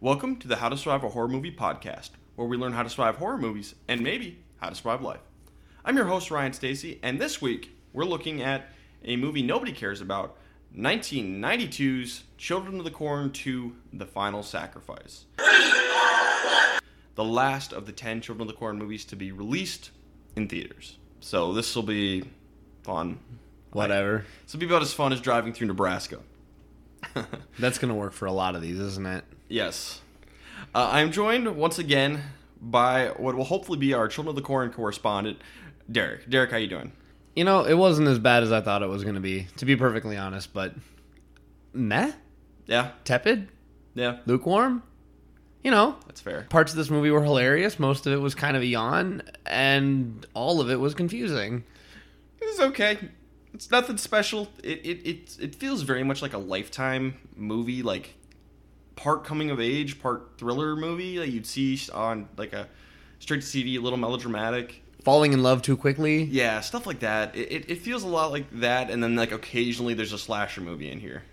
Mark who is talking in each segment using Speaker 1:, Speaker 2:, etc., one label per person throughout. Speaker 1: Welcome to the How to Survive a Horror Movie podcast, where we learn how to survive horror movies and maybe how to survive life. I'm your host, Ryan Stacy, and this week we're looking at a movie nobody cares about 1992's Children of the Corn 2 The Final Sacrifice. The last of the 10 Children of the Corn movies to be released in theaters. So this will be fun.
Speaker 2: Whatever.
Speaker 1: This will be about as fun as driving through Nebraska.
Speaker 2: That's gonna work for a lot of these, isn't it?
Speaker 1: Yes. Uh, I'm joined once again by what will hopefully be our Children of the Corn correspondent, Derek. Derek, how you doing?
Speaker 2: You know, it wasn't as bad as I thought it was gonna be, to be perfectly honest. But meh,
Speaker 1: Yeah,
Speaker 2: tepid,
Speaker 1: yeah,
Speaker 2: lukewarm. You know,
Speaker 1: that's fair.
Speaker 2: parts of this movie were hilarious. Most of it was kind of a yawn, and all of it was confusing.
Speaker 1: It's okay. It's nothing special. It it it, it feels very much like a lifetime movie, like part coming of age, part thriller movie that you'd see on like a straight to CV, a little melodramatic.
Speaker 2: Falling in love too quickly.
Speaker 1: Yeah, stuff like that. It, it, it feels a lot like that, and then like occasionally there's a slasher movie in here.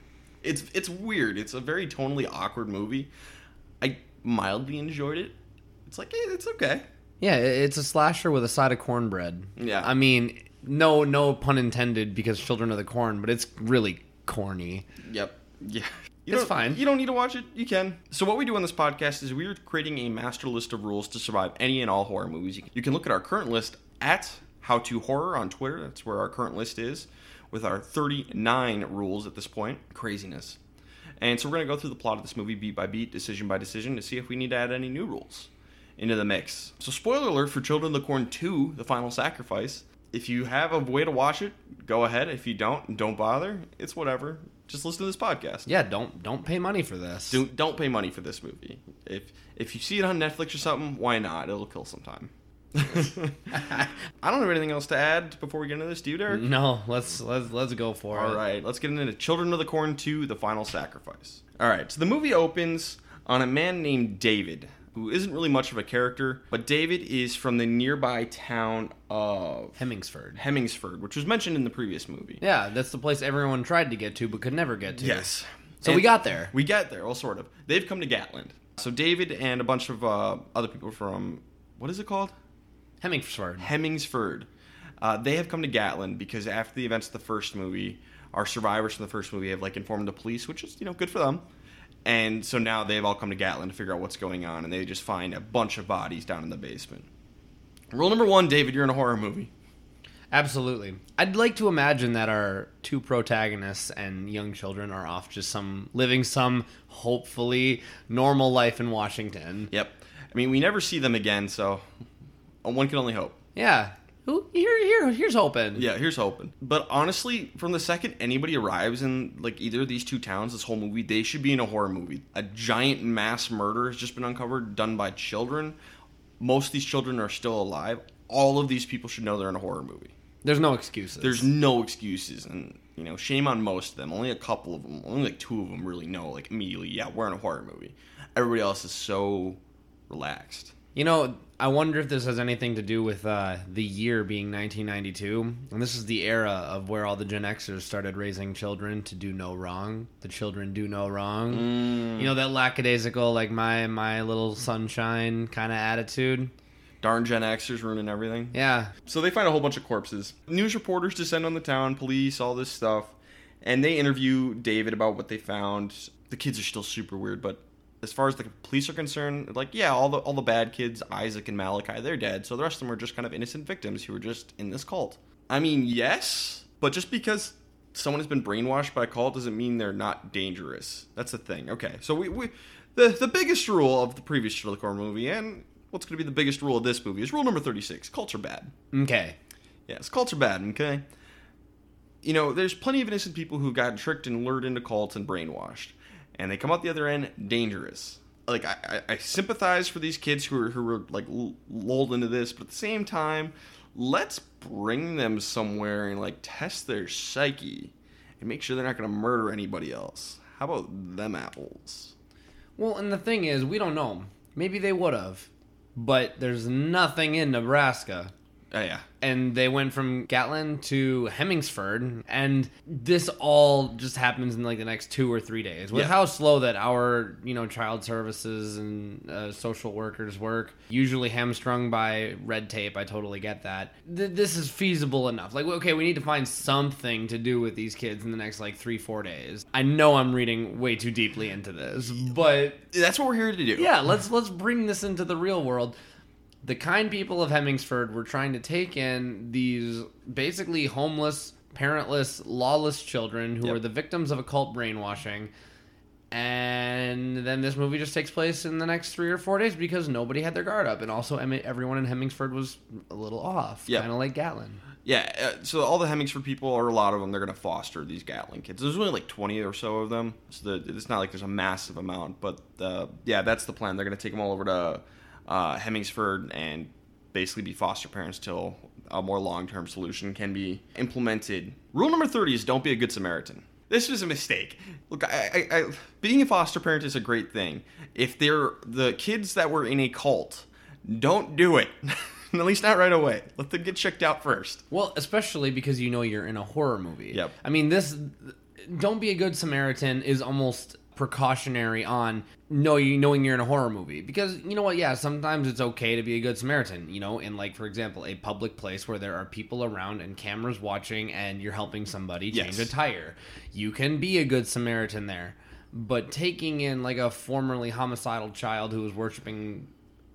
Speaker 1: It's it's weird. It's a very tonally awkward movie. I mildly enjoyed it. It's like eh, it's okay.
Speaker 2: Yeah, i- it's a slasher with a side of cornbread.
Speaker 1: Yeah.
Speaker 2: I mean, no, no pun intended, because Children of the Corn, but it's really corny.
Speaker 1: Yep. Yeah. You
Speaker 2: It's
Speaker 1: don't-
Speaker 2: fine.
Speaker 1: You don't need to watch it. You can. So what we do on this podcast is we're creating a master list of rules to survive any and all horror movies. You can- You can look at our current list at How to Horror on Twitter. That's where our current list is, with our 39 rules at this point. Craziness. And so we're going to go through the plot of this movie beat by beat, decision by decision, to see if we need to add any new rules into the mix. So, spoiler alert for Children of the Corn 2, The Final Sacrifice. If you have a way to watch it, go ahead. If you don't, don't bother. It's whatever. Just listen to this podcast.
Speaker 2: Yeah, don't don't pay money for this.
Speaker 1: Do, don't pay money for this movie. If if you see it on Netflix or something, why not? It'll kill some time. I don't have anything else to add before we get into this, dude, Eric.
Speaker 2: No, let's let's let's go for it.
Speaker 1: All right, let's get into Children of the Corn 2, The Final Sacrifice. All right, so the movie opens on a man named David, who isn't really much of a character, but David is from the nearby town of
Speaker 2: Hemingsford.
Speaker 1: Hemingsford, which was mentioned in the previous movie.
Speaker 2: Yeah, that's the place everyone tried to get to but could never get to.
Speaker 1: Yes.
Speaker 2: So we
Speaker 1: And-
Speaker 2: got there.
Speaker 1: We got there, well, sort of. They've come to Gatland. So David and a bunch of uh, other people from, what is it called?
Speaker 2: Hemingsford.
Speaker 1: Hemingsford. Uh, they have come to Gatlin because after the events of the first movie, our survivors from the first movie have like informed the police, which is you know good for them. And so now they've all come to Gatlin to figure out what's going on, and they just find a bunch of bodies down in the basement. Rule number one, David, you're in a horror movie.
Speaker 2: Absolutely. I'd like to imagine that our two protagonists and young children are off just some living some hopefully normal life in Washington.
Speaker 1: Yep. I mean, we never see them again, so uh, one can only hope.
Speaker 2: Yeah. Who here here here's hoping.
Speaker 1: Yeah, here's hoping. But honestly, from the second anybody arrives in like either of these two towns, this whole movie, they should be in a horror movie. A giant mass murder has just been uncovered, done by children. Most of these children are still alive. All of these people should know they're in a horror movie.
Speaker 2: There's no excuses.
Speaker 1: There's no excuses, and you know, shame on most of them. Only a couple of them, only like two of them, really know like immediately. Yeah, we're in a horror movie. Everybody else is so relaxed.
Speaker 2: You know, I wonder if this has anything to do with uh, the year being 1992. And this is the era of where all the Gen Xers started raising children to do no wrong. The children do no wrong. You know, that lackadaisical, like, my, my little sunshine kind of attitude.
Speaker 1: Darn Gen Xers ruining everything.
Speaker 2: Yeah.
Speaker 1: So they find a whole bunch of corpses. News reporters descend on the town, police, all this stuff, and they interview David about what they found. The kids are still super weird, but as far as the police are concerned, like yeah, all the all the bad kids, Isaac and Malachi, they're dead. So the rest of them are just kind of innocent victims who were just in this cult. I mean, yes, but just because someone has been brainwashed by a cult doesn't mean they're not dangerous. That's the thing. Okay, so we, we the the biggest rule of the previous Sherlock Holmes movie and what's going to be the biggest rule of this movie is rule number thirty six: cults are bad.
Speaker 2: Okay.
Speaker 1: Yes, cults are bad, okay? You know, there's plenty of innocent people who've gotten tricked and lured into cults and brainwashed. And they come out the other end dangerous. Like, I, I, I sympathize for these kids who are, who were like, l- lulled into this, but at the same time, let's bring them somewhere and, like, test their psyche and make sure they're not going to murder anybody else. How about them apples?
Speaker 2: Well, and the thing is, we don't know. Maybe they would have, but there's nothing in Nebraska.
Speaker 1: Oh, yeah.
Speaker 2: And they went from Gatlin to Hemingsford, and this all just happens in like the next two or three days. With
Speaker 1: Yeah.
Speaker 2: how slow that our you know child services and uh, social workers work, usually hamstrung by red tape. I totally get that. Th- this is feasible enough. Like, okay, we need to find something to do with these kids in the next like three, four days. I know I'm reading way too deeply into this, but
Speaker 1: That's what we're here to do.
Speaker 2: yeah, let's let's bring this into the real world. The kind people of Hemingsford were trying to take in these basically homeless, parentless, lawless children who
Speaker 1: Yep.
Speaker 2: are the victims of occult brainwashing. And then this movie just takes place in the next three or four days because nobody had their guard up, and also em- everyone in Hemingsford was a little off,
Speaker 1: Yep.
Speaker 2: kind of like Gatlin.
Speaker 1: Yeah, uh, so all the Hemingsford people, or a lot of them, they're going to foster these Gatling kids. There's only like 20 or so of them, so the, it's not like there's a massive amount. But uh, yeah, that's the plan. They're going to take them all over to uh, Hemingsford and basically be foster parents till a more long-term solution can be implemented. Rule number 30 is don't be a good Samaritan. This was a mistake. Look, I, I, I, being a foster parent is a great thing. If they're the kids that were in a cult, don't do it. At least not right away. Let them get checked out first.
Speaker 2: Well, especially because you know you're in a horror movie.
Speaker 1: Yep.
Speaker 2: I mean, this "Don't be a good Samaritan" is almost precautionary on no you knowing you're in a horror movie because you know what yeah sometimes it's okay to be a good samaritan you know in like for example a public place where there are people around and cameras watching and you're helping somebody change
Speaker 1: Yes.
Speaker 2: a tire you can be a good samaritan there but taking in like a formerly homicidal child who was worshiping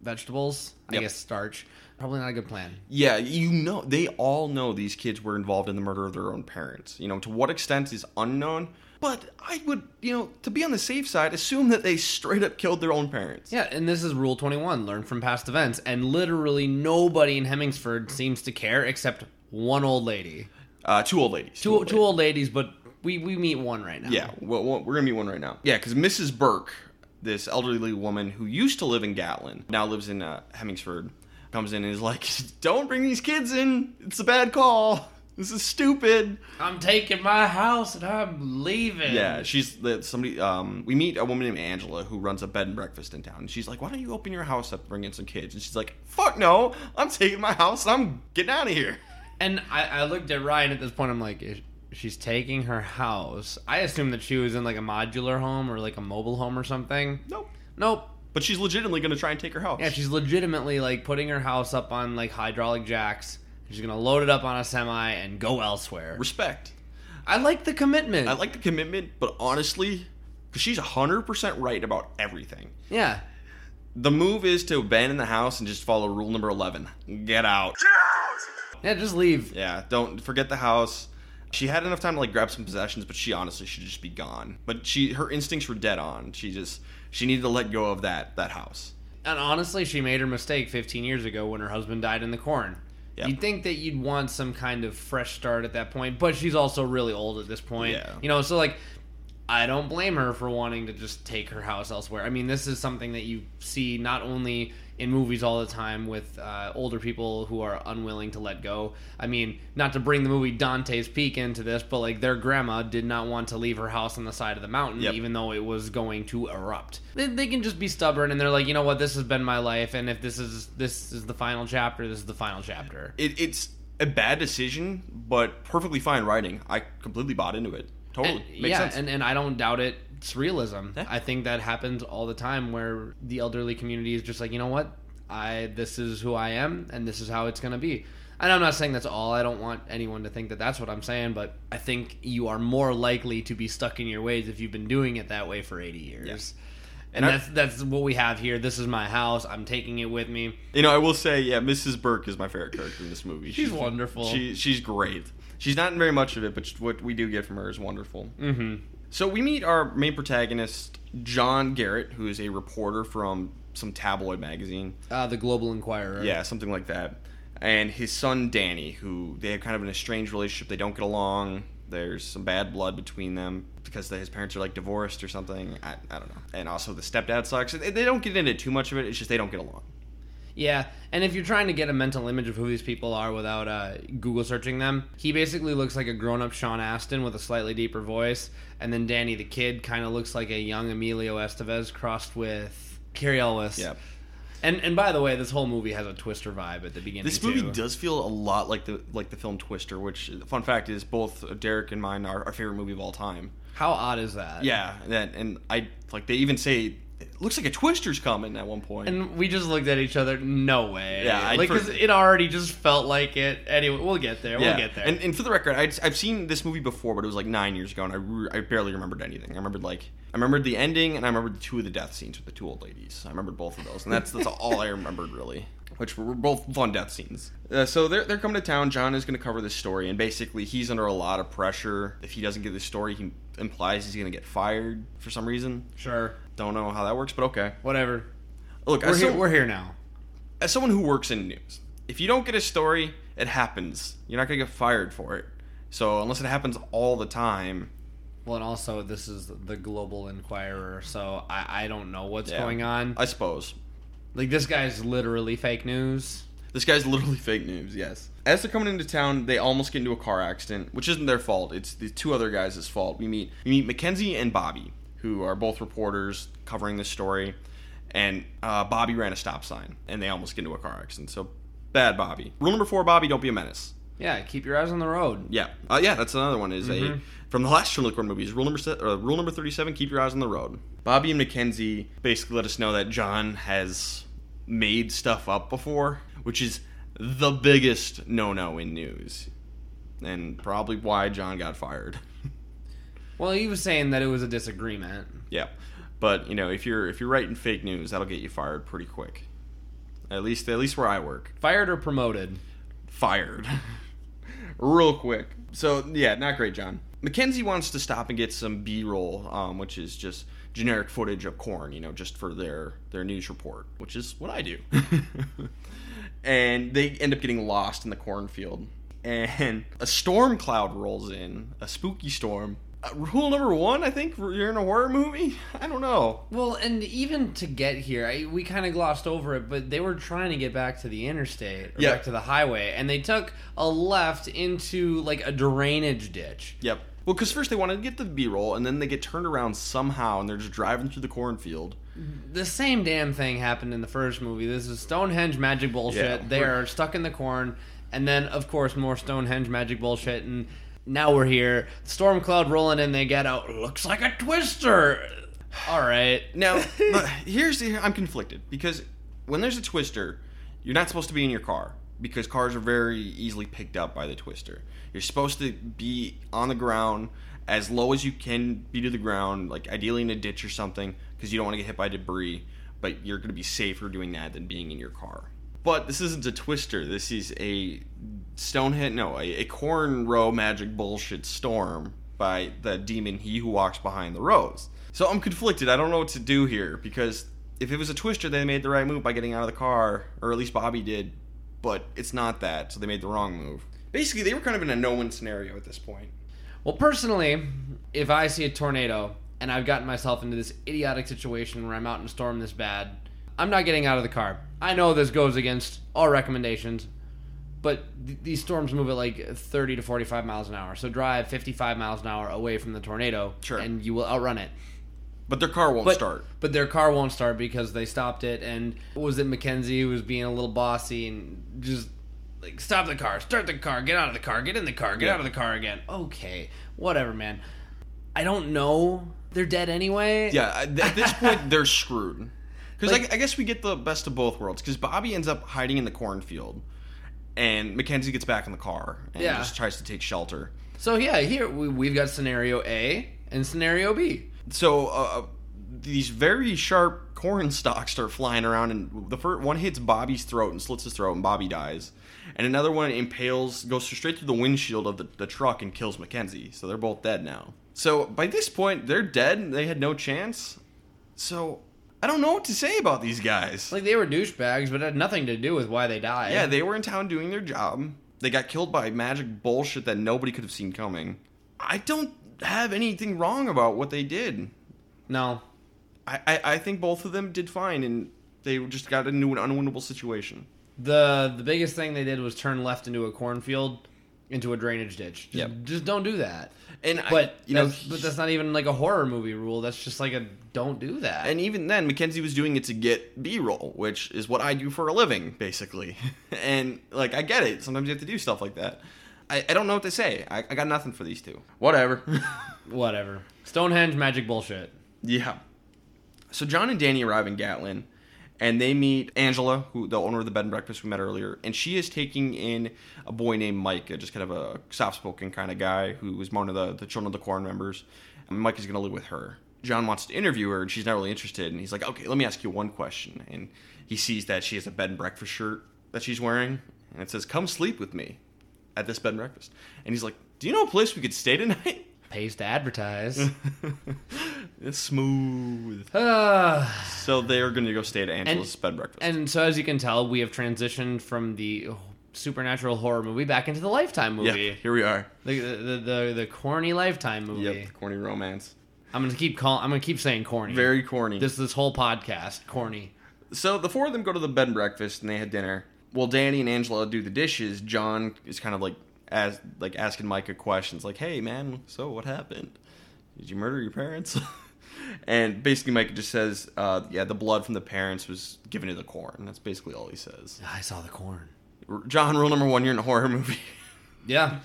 Speaker 2: vegetables
Speaker 1: Yep.
Speaker 2: i guess starch probably not a good plan
Speaker 1: Yeah, you know, they all know these kids were involved in the murder of their own parents. You know, to what extent is unknown, but I would, you know, to be on the safe side, assume that they straight up killed their own parents.
Speaker 2: Yeah, and this is Rule 21 learn from past events. And literally nobody in Hemingsford seems to care except one old lady.
Speaker 1: Uh, two old ladies.
Speaker 2: Two, two old ladies, but we, we meet one right now.
Speaker 1: Yeah, well, well, we're gonna be one right now. Yeah, because Mrs. Burke, this elderly woman who used to live in Gatlin, now lives in uh, Hemingsford, comes in and is like, "Don't bring these kids in. It's a bad call. This is stupid."
Speaker 2: I'm taking my house and I'm leaving.
Speaker 1: Yeah, she's that somebody. Um, we meet a woman named Angela who runs a bed and breakfast in town. And she's like, "Why don't you open your house up, and bring in some kids?" And she's like, "Fuck no! I'm taking my house. and I'm getting out of here."
Speaker 2: And I, I looked at Ryan at this point. I'm like, "Is- she's taking her house. I assumed that she was in like a modular home or like a mobile home or something.
Speaker 1: Nope.
Speaker 2: Nope.
Speaker 1: But she's legitimately going to try and take her house.
Speaker 2: Yeah, she's legitimately like putting her house up on like hydraulic jacks. She's gonna load it up on a semi and go elsewhere.
Speaker 1: respect.
Speaker 2: I like the commitment.
Speaker 1: I like the commitment, but honestly, because she's hundred percent right about everything.
Speaker 2: Yeah.
Speaker 1: The move is to abandon the house and just follow rule number eleven: get out.
Speaker 2: Yeah, just leave.
Speaker 1: Yeah, don't forget the house. She had enough time to like grab some possessions, but she honestly should just be gone. But she her instincts were dead on. She just she needed to let go of that that house.
Speaker 2: And honestly, she made her mistake 15 years ago when her husband died in the corn.
Speaker 1: Yeah.
Speaker 2: You'd think that you'd want some kind of fresh start at that point, but she's also really old at this point.
Speaker 1: Yeah.
Speaker 2: You know, so like I don't blame her for wanting to just take her house elsewhere. I mean, this is something that you see not only in movies all the time with uh, older people who are unwilling to let go. I mean, not to bring the movie Dante's Peak into this, but like their grandma did not want to leave her house on the side of the mountain,
Speaker 1: Yep.
Speaker 2: even though it was going to erupt. They, they can just be stubborn and they're like, you know what, this has been my life, and if this is this is the final chapter, this is the final chapter.
Speaker 1: It, it's a bad decision, but perfectly fine writing. I completely bought into it. Totally
Speaker 2: And-
Speaker 1: makes
Speaker 2: yeah,
Speaker 1: sense.
Speaker 2: and and I don't doubt it. It's realism.
Speaker 1: Yeah.
Speaker 2: I think that happens all the time, where the elderly community is just like, you know what, I this is who I am, and this is how it's gonna be. And I'm not saying that's all. I don't want anyone to think that that's what I'm saying, but I think you are more likely to be stuck in your ways if you've been doing it that way for 80 years. And,
Speaker 1: And I-
Speaker 2: that's that's what we have here. This is my house. I'm taking it with me.
Speaker 1: you know, I will say, yeah, Mrs. Burke is my favorite character in this movie.
Speaker 2: She's wonderful.
Speaker 1: She she's great. She's not in very much of it, but what we do get from her is wonderful.
Speaker 2: hmm
Speaker 1: So we meet our main protagonist, John Garrett, who is a reporter from some tabloid magazine.
Speaker 2: Uh, the Global Inquirer.
Speaker 1: Yeah, something like that. And his son Danny, who they have kind of an estranged relationship. They don't get along. There's some bad blood between them because the, his parents are like divorced or something. I, I don't know. And also the stepdad sucks. They they don't get into too much of it. It's just they don't get along.
Speaker 2: Yeah, and if you're trying to get a mental image of who these people are without uh, Google searching them, he basically looks like a grown-up Sean Astin with a slightly deeper voice, and then Danny the Kid kind of looks like a young Emilio Estevez crossed with Carrie Ellis.
Speaker 1: Yep.
Speaker 2: And and by the way, this whole movie has a Twister vibe at the beginning.
Speaker 1: This movie
Speaker 2: too.
Speaker 1: does feel a lot like the like the film Twister, which fun fact is both Derek and mine are our favorite movie of all time.
Speaker 2: How odd is that?
Speaker 1: Yeah, that and I like they even say it looks like a Twister's coming at one point.
Speaker 2: And we just looked at each other. No way.
Speaker 1: Yeah, I-
Speaker 2: like
Speaker 1: for-
Speaker 2: 'cause it already just felt like it. Anyway, we'll get there.
Speaker 1: yeah.
Speaker 2: We'll get there.
Speaker 1: And, and for the record, I'd, I've seen this movie before, but it was like nine years ago, and I, re- I barely remembered anything. I remembered like I remembered the ending, and I remembered the two of the death scenes with the two old ladies. I remembered both of those, and that's that's all I remembered really. Which were were both fun death scenes. Uh, so they're they're coming to town. John is going to cover this story, and basically he's under a lot of pressure. If he doesn't get this story, he implies he's going to get fired for some reason.
Speaker 2: sure.
Speaker 1: Don't know how that works, but okay.
Speaker 2: Whatever.
Speaker 1: Look,
Speaker 2: We're
Speaker 1: I
Speaker 2: here,
Speaker 1: still-
Speaker 2: we're here now.
Speaker 1: as someone who works in news, if you don't get a story, it happens. You're not gonna get fired for it. So unless it happens all the time,
Speaker 2: Well, and also this is the Global Inquirer, so I, I don't know what's
Speaker 1: Yeah.
Speaker 2: going on.
Speaker 1: I suppose
Speaker 2: Like this guy's literally fake news.
Speaker 1: this guy's literally fake news. Yes. As they're coming into town, they almost get into a car accident, which isn't their fault. It's the two other guys' fault. We meet we meet Mackenzie and Bobby, who are both reporters covering this story, and uh, Bobby ran a stop sign, and they almost get into a car accident. So bad, Bobby. Rule number four, Bobby, don't be a menace.
Speaker 2: Yeah, keep your eyes on the road.
Speaker 1: Yeah, uh, yeah, that's another one. Is a
Speaker 2: Mhm.
Speaker 1: from the last Sherlock Holmes movies. Rule number se- uh, rule number thirty seven: Keep your eyes on the road. Bobby and Mackenzie basically let us know that John has made stuff up before, which is the biggest no no in news, and probably why John got fired.
Speaker 2: Well, he was saying that it was a disagreement.
Speaker 1: yeah, but you know if you're if you're writing fake news, that'll get you fired pretty quick. At least at least where I work,
Speaker 2: Fired or promoted?
Speaker 1: fired. real quick. So yeah, not great, John. Mackenzie wants to stop and get some B-roll, um, which is just generic footage of corn, you know, just for their their news report, which is what I do. and they end up getting lost in the cornfield, and a storm cloud rolls in, a spooky storm. Uh, rule number one, I think you're in a horror movie. I don't know.
Speaker 2: Well, and even to get here, I, we kind of glossed over it, but they were trying to get back to the interstate, or
Speaker 1: Yeah.
Speaker 2: back to the highway, and they took a left into like a drainage ditch.
Speaker 1: Yep. Well, because first they wanted to get the B-roll, and then they get turned around somehow, and they're just driving through the cornfield.
Speaker 2: The same damn thing happened in the first movie. This is Stonehenge magic bullshit.
Speaker 1: Yeah.
Speaker 2: They are stuck in the corn, and then of course more Stonehenge magic bullshit, and now we're here. Storm cloud rolling in. They get out. Looks like a twister. All right.
Speaker 1: Now, but here's the, I'm conflicted because when there's a twister, you're not supposed to be in your car because cars are very easily picked up by the twister. You're supposed to be on the ground as low as you can be to the ground, like ideally in a ditch or something, because you don't want to get hit by debris. But you're going to be safer doing that than being in your car. But this isn't a twister. This is a Stonehenge, no, a, a corn row magic bullshit storm by the demon He Who Walks Behind the Rose. So I'm conflicted. I don't know what to do here because if it was a twister, they made the right move by getting out of the car, or at least Bobby did. But it's not that, so they made the wrong move. Basically, they were kind of in a no-win scenario at this point.
Speaker 2: Well, personally, if I see a tornado and I've gotten myself into this idiotic situation where I'm out in a storm this bad, I'm not getting out of the car. I know this goes against all recommendations, but th- these storms move at like 30 to 45 miles an hour. So drive 55 miles an hour away from the tornado,
Speaker 1: Sure.
Speaker 2: and you will outrun it.
Speaker 1: But their car won't
Speaker 2: But,
Speaker 1: start.
Speaker 2: but their car won't start because they stopped it. And what was it McKenzie who was being a little bossy and just like stop the car, start the car, get out of the car, get in the car, get
Speaker 1: Yeah.
Speaker 2: out of the car again. Okay, whatever, man. I don't know. They're dead anyway.
Speaker 1: Yeah, I- at this point, they're screwed. Because
Speaker 2: Like-
Speaker 1: I, guess we get the best of both worlds. Because Bobby ends up hiding in the cornfield, and Mackenzie gets back in the car and
Speaker 2: Yeah.
Speaker 1: just tries to take shelter.
Speaker 2: So yeah, here we, we've got scenario A and scenario B.
Speaker 1: So uh, these very sharp corn stalks start flying around, and the first one hits Bobby's throat and slits his throat, and Bobby dies. And another one impales, goes straight through the windshield of the, the truck and kills Mackenzie. So they're both dead now. So by this point, they're dead. and They had no chance. So I don't know what to say about these guys.
Speaker 2: Like they were douchebags, but it had nothing to do with why they died.
Speaker 1: yeah, they were in town doing their job. They got killed by magic bullshit that nobody could have seen coming. I don't have anything wrong about what they did.
Speaker 2: no.
Speaker 1: I, I, I think both of them did fine, and They just got into an unwinnable situation.
Speaker 2: The the biggest thing they did was turn left into a cornfield, into a drainage ditch. Just,
Speaker 1: Yep.
Speaker 2: just don't do that.
Speaker 1: And I-
Speaker 2: But
Speaker 1: you know,
Speaker 2: that's- but that's not even like a horror movie rule. That's just like a don't do that.
Speaker 1: and even then, Mackenzie was doing it to get B roll, which is what I do for a living, basically. and like, I get it. Sometimes you have to do stuff like that. I, I don't know what to say. I, I got nothing for these two. Whatever.
Speaker 2: Whatever. Stonehenge magic bullshit.
Speaker 1: Yeah. So John and Danny arrive in Gatlin, and they meet Angela, who the owner of the bed and breakfast we met earlier, and she is taking in a boy named Mike, uh, just kind of a soft-spoken kind of guy who was one of the the children of the corn members. And Mike is going to live with her. John wants to interview her, and she's not really interested. And he's like, "Okay, let me ask you one question." And he sees that she has a bed and breakfast shirt that she's wearing, and it says, "Come sleep with me at this bed and breakfast." And he's like, "Do you know a place we could stay tonight?"
Speaker 2: Pays to advertise.
Speaker 1: it's smooth.
Speaker 2: Ah.
Speaker 1: So they're going to go stay at Angela's bed and breakfast.
Speaker 2: And so, as you can tell, we have transitioned from the supernatural horror movie back into the Lifetime
Speaker 1: yeah,
Speaker 2: movie,
Speaker 1: here we are.
Speaker 2: the, the the the corny Lifetime movie.
Speaker 1: Yep, the corny romance.
Speaker 2: I'm gonna keep call. I'm gonna keep saying corny.
Speaker 1: Very corny.
Speaker 2: this this whole podcast corny.
Speaker 1: so the four of them go to the bed and breakfast and they had dinner. While Danny and Angela do the dishes, John is kind of like as like asking Micah questions like, "Hey man, so what happened? Did you murder your parents?" and basically Micah just says, uh, "Yeah, the blood from the parents was given to the corn." That's basically all he says.
Speaker 2: I saw the corn.
Speaker 1: R- John, rule number 1, you're in a horror movie.
Speaker 2: Yeah,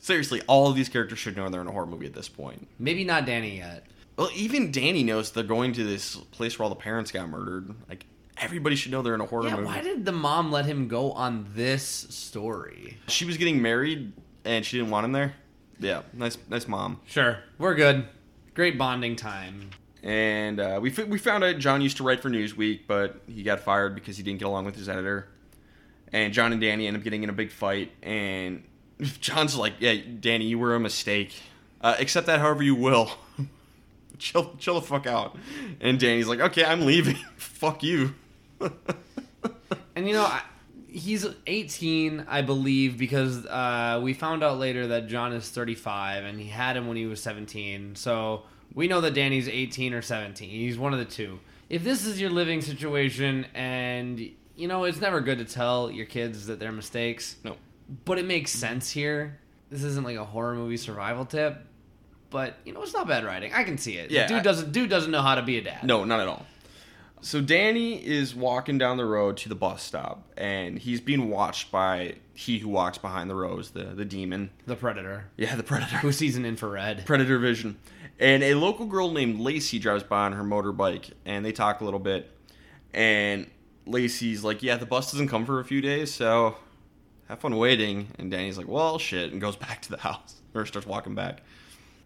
Speaker 1: Seriously, all of these characters should know they're in a horror movie at this point.
Speaker 2: maybe not Danny yet.
Speaker 1: Well, even Danny knows they're going to this place where all the parents got murdered. Like everybody should know they're in a horror
Speaker 2: Yeah,
Speaker 1: movie.
Speaker 2: why did the mom let him go on this story?
Speaker 1: she was getting married and she didn't want him there. Yeah, nice, nice mom.
Speaker 2: Sure, we're good. Great bonding time.
Speaker 1: And uh, we f- we found out John used to write for Newsweek, but he got fired because he didn't get along with his editor. And John and Danny end up getting in a big fight, and John's like, "Yeah, Danny, you were a mistake. Uh, accept that however you will. chill, chill the fuck out." And Danny's like, "Okay, I'm leaving. fuck you."
Speaker 2: And you know, I, he's 18, I believe, because uh, we found out later that John is 35 and he had him when he was 17. So we know that Danny's 18 or 17. He's one of the two. If this is your living situation, and you know, it's never good to tell your kids that they're mistakes,
Speaker 1: No.
Speaker 2: but it makes sense here. This isn't like a horror movie survival tip, but you know, it's not bad writing. I can see it.
Speaker 1: Yeah,
Speaker 2: dude
Speaker 1: I-
Speaker 2: doesn't dude doesn't know how to be a dad.
Speaker 1: No, not at all. So Danny is walking down the road to the bus stop, and he's being watched by he who walks behind the rose, the the demon.
Speaker 2: the predator
Speaker 1: Yeah, the predator.
Speaker 2: who sees an infrared.
Speaker 1: predator vision. And a local girl named Lacey drives by on her motorbike, and they talk a little bit. And Lacey's like, "Yeah, the bus doesn't come for a few days, so have fun waiting." And Danny's like, "Well, shit," and goes back to the house or starts walking back.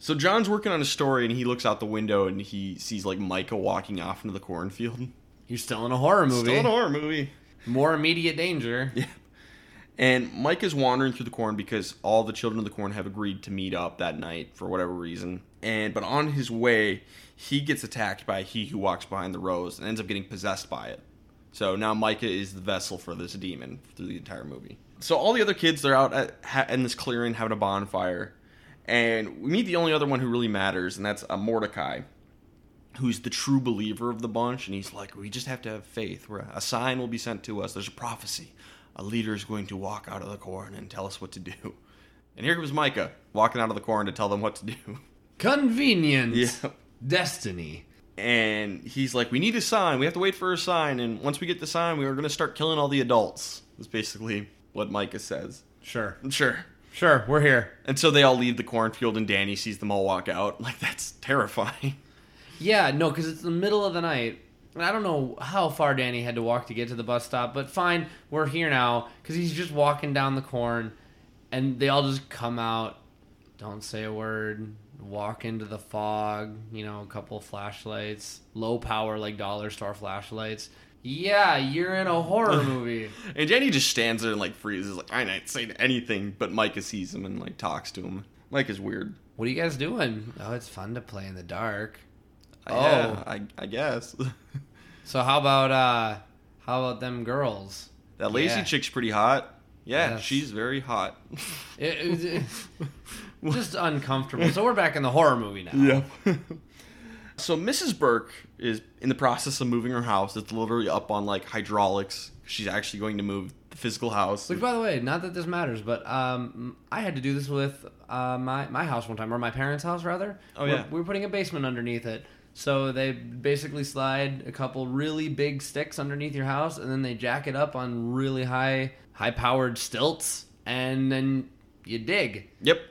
Speaker 1: So John's working on a story, and he looks out the window and he sees like Micah walking off into the cornfield.
Speaker 2: You're still in a horror movie.
Speaker 1: Still an horror movie.
Speaker 2: More immediate danger.
Speaker 1: Yeah. And Mike is wandering through the corn because all the children of the corn have agreed to meet up that night for whatever reason. And but on his way, he gets attacked by he who walks behind the rose and ends up getting possessed by it. So now Micah is the vessel for this demon through the entire movie. So all the other kids they're out at, ha- in this clearing having a bonfire, and we meet the only other one who really matters, and that's uh, Mordecai who's the true believer of the bunch, and he's like, "We just have to have faith. We're, a sign will be sent to us. There's a prophecy. A leader is going to walk out of the corn and tell us what to do." And here comes Micah walking out of the corn to tell them what to do.
Speaker 2: Convenience.
Speaker 1: Yeah.
Speaker 2: Destiny.
Speaker 1: And he's like, "We need a sign. We have to wait for a sign. And once we get the sign, we are going to start killing all the adults." That's basically what Micah says.
Speaker 2: Sure.
Speaker 1: Sure.
Speaker 2: Sure, we're here.
Speaker 1: And so they all leave the cornfield, and Danny sees them all walk out. Like that's terrifying.
Speaker 2: Yeah, no, because it's the middle of the night. And I don't know how far Danny had to walk to get to the bus stop, but fine, we're here now. Because he's just walking down the corn, and they all just come out, don't say a word, walk into the fog, you know, a couple flashlights, low power, like dollar store flashlights. Yeah, you're in a horror movie.
Speaker 1: And Danny just stands there and like freezes, like I ain't saying anything. But Micah sees him and like talks to him. Mike is weird.
Speaker 2: What are you guys doing? Oh, it's fun to play in the dark.
Speaker 1: Oh,
Speaker 2: Oh.
Speaker 1: I, I guess
Speaker 2: So how about uh how about them girls?
Speaker 1: that lazy
Speaker 2: Yeah.
Speaker 1: chick's pretty hot. Yeah,
Speaker 2: Yes.
Speaker 1: she's very hot.
Speaker 2: It, it was- it- just uncomfortable. So we're back in the horror movie now.
Speaker 1: yeah. So Mrs. Burke is in the process of moving her house. It's literally up on like hydraulics. She's actually going to move the physical house.
Speaker 2: Which, by the way, not that this matters, but um, I had to do this with uh, my my house one time, or my parents' house rather.
Speaker 1: Oh,
Speaker 2: We're-
Speaker 1: yeah.
Speaker 2: we were putting a basement underneath it, so they basically slide a couple really big sticks underneath your house, and then they jack it up on really high high powered stilts, and then you dig.
Speaker 1: Yep.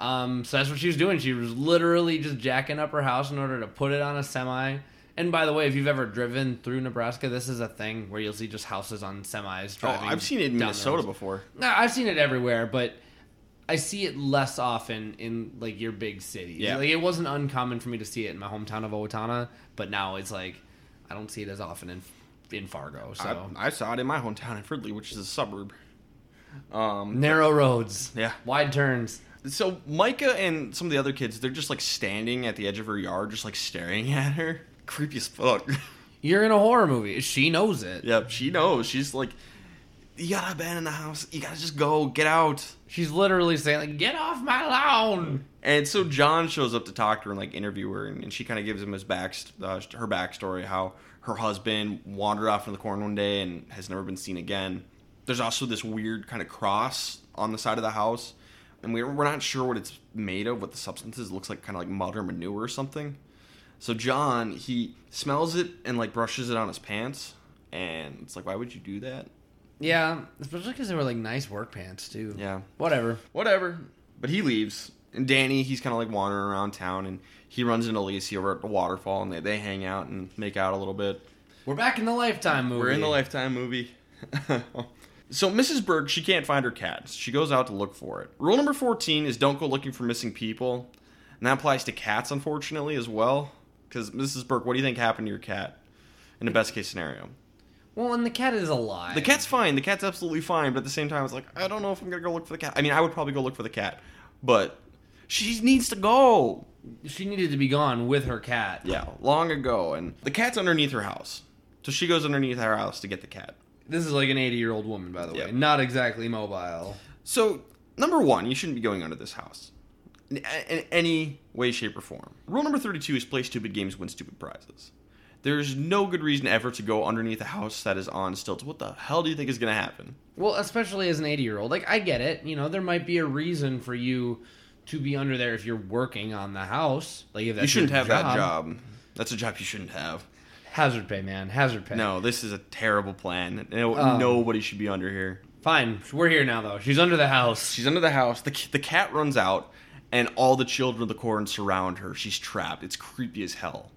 Speaker 2: Um, so that's what she was doing. She was literally just jacking up her house in order to put it on a semi. And by the way, if you've ever driven through Nebraska, this is a thing where you'll see just houses on semis.
Speaker 1: Oh,
Speaker 2: Driving
Speaker 1: I've seen it in
Speaker 2: down the
Speaker 1: Minnesota
Speaker 2: roads.
Speaker 1: before.
Speaker 2: No, I've seen it everywhere, but I see it less often in like your big cities.
Speaker 1: Yeah.
Speaker 2: Like it wasn't uncommon for me to see it in my hometown of Owatonna, but now it's like I don't see it as often in in Fargo. So
Speaker 1: I, I saw it in my hometown in Fridley, which is a suburb. Um,
Speaker 2: narrow roads,
Speaker 1: Yeah.
Speaker 2: wide turns.
Speaker 1: so Micah and some of the other kids, they're just like standing at the edge of her yard, just like staring at her. Creepy as fuck.
Speaker 2: You're in a horror movie. She knows it.
Speaker 1: yep, she knows. She's like, you gotta abandon the house. You gotta just go. Get out.
Speaker 2: She's literally saying like, "Get off my lawn."
Speaker 1: And so John shows up to talk to her and like interview her, and, and she kind of gives him his back uh, her backstory, how her husband wandered off in the corn one day and has never been seen again. There's also this weird kind of cross on the side of the house, and we're we're not sure what it's made of, what the substance is. It looks like kind of like mud or manure or something. So John he smells it and like brushes it on his pants, and it's like, why would you do that?
Speaker 2: Yeah, especially because they were like nice work pants too.
Speaker 1: Yeah.
Speaker 2: Whatever.
Speaker 1: whatever. But he leaves. And Danny, he's kind of like wandering around town and he runs into Lacey over at the waterfall and they, they hang out and make out a little bit.
Speaker 2: We're back in the Lifetime movie.
Speaker 1: We're in the Lifetime movie. so Mrs. Berg, she can't find her cat. She goes out to look for it. Rule number 14 is don't go looking for missing people. And that applies to cats, unfortunately, as well. Because Mrs. Burke, what do you think happened to your cat? In the best case scenario,
Speaker 2: Well, and the cat is alive.
Speaker 1: the cat's fine. The cat's absolutely fine. But at the same time, it's like I don't know if I'm gonna go look for the cat. I mean, I would probably go look for the cat, but she needs to go.
Speaker 2: She needed to be gone with her cat.
Speaker 1: Yeah, long ago, and the cat's underneath her house, so she goes underneath her house to get the cat.
Speaker 2: This is like an 80 year old woman, by the way.
Speaker 1: Yep.
Speaker 2: Not exactly mobile.
Speaker 1: So number one, you shouldn't be going under this house in, in any way, shape, or form. Rule number thirty-two is play stupid games, win stupid prizes. There's no good reason ever to go underneath a house that is on stilts. What the hell do you think is gonna happen?
Speaker 2: Well, especially as an 80 year old. Like, I get it. You know, there might be a reason for you to be under there if you're working on the house. Like, if that's
Speaker 1: You shouldn't
Speaker 2: your
Speaker 1: have that job. That's a job you shouldn't have.
Speaker 2: Hazard pay, man. Hazard pay.
Speaker 1: No, this is a terrible plan. No,
Speaker 2: Um,
Speaker 1: nobody should be under here.
Speaker 2: Fine. We're here now, though. She's under the house.
Speaker 1: She's under the house. The, c- the cat runs out, and all the children of the corn surround her. She's trapped. It's creepy as hell.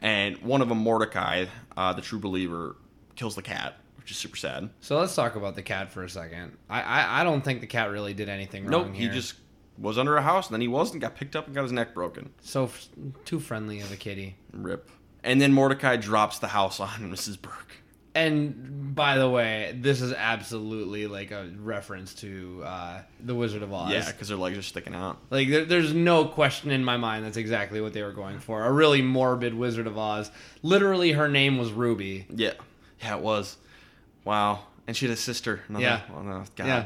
Speaker 1: And one of them, Mordecai, uh, the true believer, kills the cat, which is super sad.
Speaker 2: So let's talk about the cat for a second. I I, I don't think the cat really did anything wrong
Speaker 1: nope,
Speaker 2: here.
Speaker 1: he just was under a house, and then he wasn't, got picked up, and got his neck broken.
Speaker 2: so f- too friendly of a kitty.
Speaker 1: Rip. And then Mordecai drops the house on Mrs. Burke.
Speaker 2: And by the way, this is absolutely like a reference to uh, the Wizard of Oz.
Speaker 1: Yeah, because her legs are sticking out.
Speaker 2: Like there, there's no question in my mind that's exactly what they were going for. A really morbid Wizard of Oz. Literally, her name was Ruby.
Speaker 1: Yeah. Yeah, it was. Wow. And she had a sister. Another,
Speaker 2: Yeah.
Speaker 1: Oh, no, God.
Speaker 2: Yeah,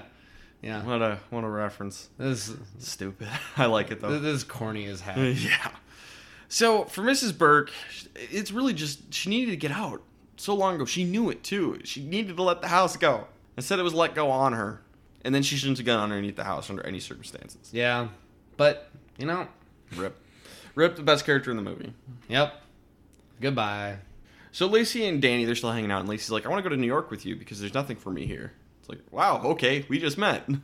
Speaker 2: yeah.
Speaker 1: What a what a reference.
Speaker 2: This
Speaker 1: Stupid. I like it though.
Speaker 2: this is corny as heck.
Speaker 1: yeah. So for Mrs. Burke, it's really just she needed to get out so long ago. She knew it too. She needed to let the house go. Instead, it was let go on her, and then she shouldn't have gone underneath the house under any circumstances.
Speaker 2: yeah, but you know,
Speaker 1: Rip. Rip, the best character in the movie.
Speaker 2: yep. Goodbye.
Speaker 1: So Lacey and Danny, they're still hanging out, and Lacey's like, "I want to go to New York with you because there's nothing for me here." It's like, "Wow, okay, we just met."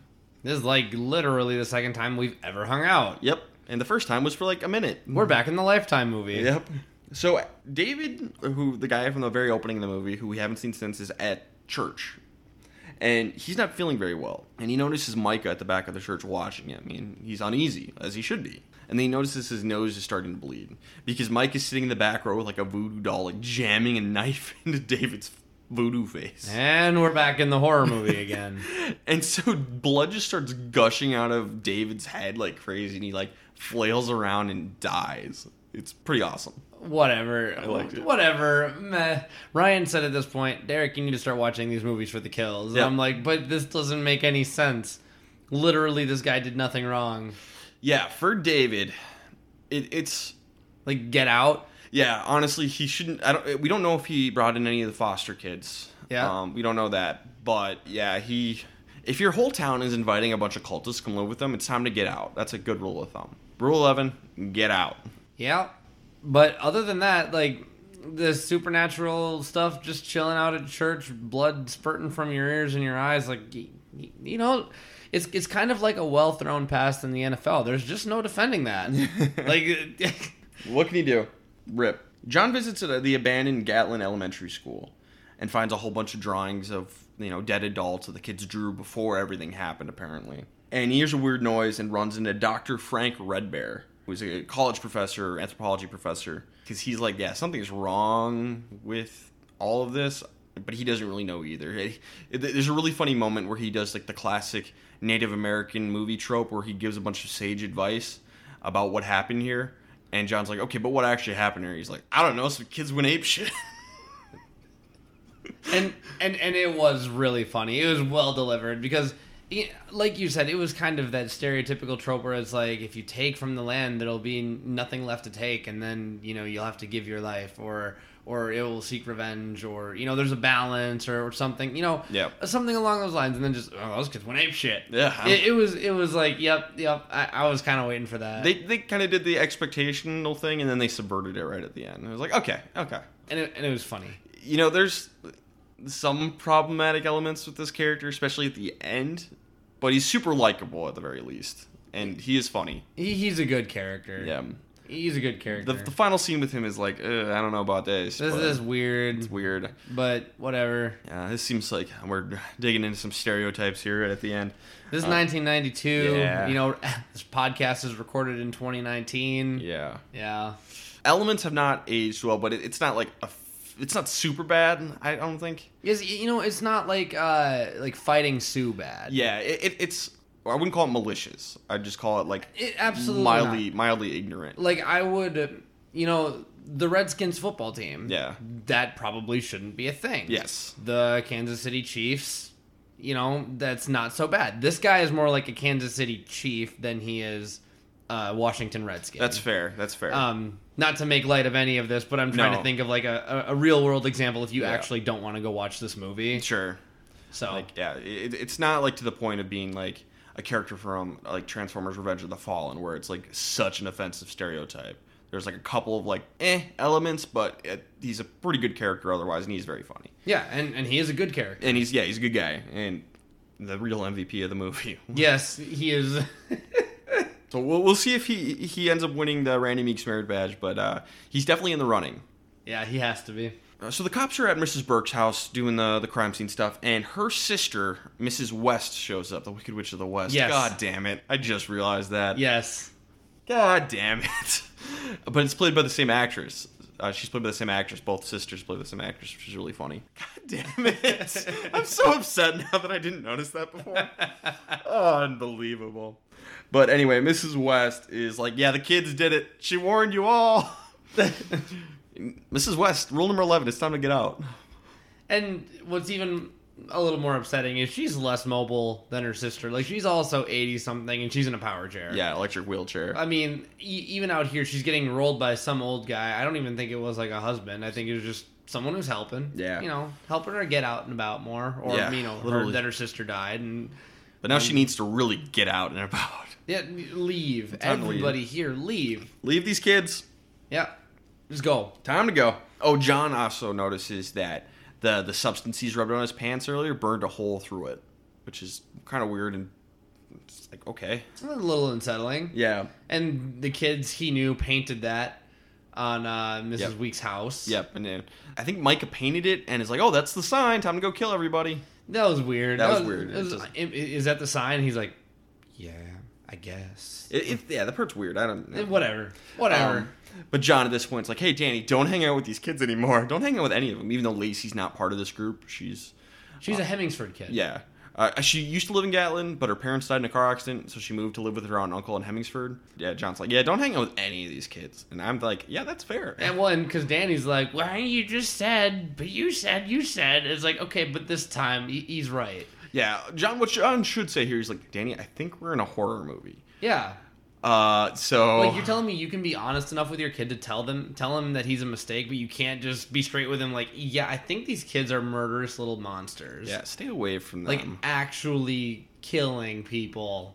Speaker 2: This is like literally the second time we've ever hung out.
Speaker 1: Yep. And the first time was for like a minute.
Speaker 2: We're back in the Lifetime movie.
Speaker 1: Yep. So David, who the guy from the very opening of the movie, who we haven't seen since, is at church, and he's not feeling very well. And he notices Micah at the back of the church watching him, and he's uneasy as he should be. And then he notices his nose is starting to bleed because Mike is sitting in the back row with like a voodoo doll, like jamming a knife into David's voodoo face.
Speaker 2: And we're back in the horror movie again.
Speaker 1: And so blood just starts gushing out of David's head like crazy, and he like flails around and dies. It's pretty awesome.
Speaker 2: Whatever. I
Speaker 1: liked it.
Speaker 2: Whatever. Meh. Ryan said at this point, Derek, you need to start watching these movies for the kills. And
Speaker 1: Yeah.
Speaker 2: I'm like, but this doesn't make any sense. Literally, this guy did nothing wrong.
Speaker 1: Yeah, for David, it, it's
Speaker 2: Like, get out.
Speaker 1: Yeah, honestly, he shouldn't. I don't. We don't know if he brought in any of the foster kids.
Speaker 2: Yeah.
Speaker 1: um, we don't know that. But yeah, he. If your whole town is inviting a bunch of cultists to come live with them, it's time to get out. That's a good rule of thumb. Rule eleven: get out.
Speaker 2: Yeah. But other than that, like the supernatural stuff, just chilling out at church, blood spurting from your ears and your eyes, like y- y- you know, it's it's kind of like a well thrown pass in the NFL. There's just no defending that. like,
Speaker 1: What can he do? Rip. John visits uh, the abandoned Gatlin Elementary School and finds a whole bunch of drawings of, you know, dead adults that the kids drew before everything happened, apparently. And he hears a weird noise and runs into Dr. Frank Redbear, who's a college professor, anthropology professor, because he's like, yeah, something's wrong with all of this, but he doesn't really know either. Hey, There's a really funny moment where he does, like, the classic Native American movie trope where he gives a bunch of sage advice about what happened here. And John's like, okay, but what actually happened here? He's like, I don't know. Some kids went ape shit.
Speaker 2: and and and it was really funny. It was well delivered because, y- like you said, it was kind of that stereotypical trope where it's like if you take from the land, there'll be nothing left to take, and then you know you'll have to give your life, or or it will seek revenge, or you know there's a balance, or, or something, you know,
Speaker 1: Yeah.
Speaker 2: something along those lines, and then just oh those kids went ape shit.
Speaker 1: Yeah.
Speaker 2: It, it was it was like yep yep. I, I was kind of waiting for that.
Speaker 1: they they kind of did the expectational thing, and then they subverted it right at the end. I was like, okay, okay.
Speaker 2: and it, and it was funny.
Speaker 1: You know, there's some problematic elements with this character, especially at the end, but he's super likable at the very least, and he is funny.
Speaker 2: He, he's a good character.
Speaker 1: Yeah.
Speaker 2: He's a good
Speaker 1: The,
Speaker 2: character.
Speaker 1: the final scene with him is like, "Ugh, I don't know about this.
Speaker 2: this
Speaker 1: but
Speaker 2: is weird,
Speaker 1: it's weird.
Speaker 2: but whatever.
Speaker 1: Yeah, this seems like we're digging into some stereotypes here right at the end.
Speaker 2: This is
Speaker 1: Uh,
Speaker 2: 1992.
Speaker 1: yeah.
Speaker 2: You know, this podcast is recorded in 2019. Yeah.
Speaker 1: Yeah. elements have not aged well, but it, it's not like a, f- it's not super bad. I don't think.
Speaker 2: Because, y- you know, it's not like uh like fighting Sue bad.
Speaker 1: Yeah, it, it, it's. I wouldn't call it malicious. I'd just call it like
Speaker 2: It, absolutely.
Speaker 1: mildly,
Speaker 2: Mildly.
Speaker 1: mildly ignorant.
Speaker 2: Like, I would, you know, the Redskins football team.
Speaker 1: Yeah.
Speaker 2: That probably shouldn't be a thing.
Speaker 1: Yes.
Speaker 2: The Kansas City Chiefs, you know, that's not so bad. This guy is more like a Kansas City Chief than he is uh, Washington Redskin.
Speaker 1: That's fair. That's fair.
Speaker 2: um not to make light of any of this but i'm trying
Speaker 1: No.
Speaker 2: to think of like a, a, a real world example if you
Speaker 1: Yeah.
Speaker 2: actually don't want to go watch this movie
Speaker 1: sure.
Speaker 2: so
Speaker 1: Like yeah, it, it's not like to the point of being like a character from like Transformers: Revenge of the Fallen, where it's like such an offensive stereotype. There's like a couple of like eh elements, but it, he's a pretty good character otherwise, and he's very funny.
Speaker 2: yeah and, and he is a good character
Speaker 1: And he's yeah, he's a good guy, and the real MVP of the movie.
Speaker 2: yes he is
Speaker 1: So we'll, we'll see if he he ends up winning the Randy Meeks merit badge, but uh, he's definitely in the running.
Speaker 2: yeah he has to be
Speaker 1: Uh, So the cops are at Mrs. Burke's house doing the the crime scene stuff, and her sister, Mrs. West, shows up. The Wicked Witch of the West.
Speaker 2: Yes.
Speaker 1: God damn it! I just realized that.
Speaker 2: yes
Speaker 1: God damn it! but it's played by the same actress. Uh, she's played by the same actress. Both sisters play the same actress, which is really funny. God damn it! I'm so upset now that I didn't notice that before. Oh, unbelievable. But anyway, Mrs. West is like, yeah, the kids did it. She warned you all. Mrs. West, rule number 11, it's time to get out.
Speaker 2: and what's even a little more upsetting is she's less mobile than her sister like she's also 80 something and she's in a power chair
Speaker 1: Yeah, electric wheelchair.
Speaker 2: I mean, e- even out here, she's getting rolled by some old guy. I don't even think it was like a husband. I think it was just someone who's helping.
Speaker 1: Yeah.
Speaker 2: You know, helping her get out and about more. Or,
Speaker 1: Yeah,
Speaker 2: you know, her,
Speaker 1: literally.
Speaker 2: that her sister died. And,
Speaker 1: But now she needs to really get out and about.
Speaker 2: yeah, leave.
Speaker 1: Time to leave.
Speaker 2: Everybody here, leave.
Speaker 1: Leave these kids.
Speaker 2: Yeah. Just go.
Speaker 1: Time to go. Oh, John also notices that the the substance he's rubbed on his pants earlier burned a hole through it, which is kind of weird and it's like okay.
Speaker 2: It's a little unsettling.
Speaker 1: Yeah.
Speaker 2: And the kids he knew painted that on uh, Mrs.
Speaker 1: Yep.
Speaker 2: Weeks' house.
Speaker 1: Yep. And then I think Micah painted it and is like, "Oh, that's the sign. Time to go kill everybody."
Speaker 2: That was weird.
Speaker 1: That was weird.
Speaker 2: it
Speaker 1: It
Speaker 2: was-
Speaker 1: just-
Speaker 2: i- i- is that the sign? He's like, yeah, I guess.
Speaker 1: It, it, yeah, that part's weird. I don't know.
Speaker 2: Whatever. Whatever.
Speaker 1: Um, but John at this point is like, "Hey, Danny, don't hang out with these kids anymore. Don't hang out with any of them. Even though Lacey's not part of this group, she's uh,
Speaker 2: She's a Hemingsford kid.
Speaker 1: Yeah. Uh, she used to live in Gatlin, but her parents died in a car accident, so she moved to live with her aunt and uncle in Hemingsford. Yeah, John's like, yeah, don't hang out with any of these kids. And I'm like, yeah, that's fair.
Speaker 2: And one, because Danny's like, "Why you just said, but you said, you said." It's like, okay, but this time he, he's right.
Speaker 1: Yeah, John, what John should say here is like, Danny, I think we're in a horror movie.
Speaker 2: Yeah,
Speaker 1: Uh, so
Speaker 2: Like you're telling me you can be honest enough with your kid to tell them tell him that he's a mistake, but you can't just be straight with him like, yeah, I think these kids are murderous little monsters.
Speaker 1: yeah, stay away from them.
Speaker 2: Like actually killing people.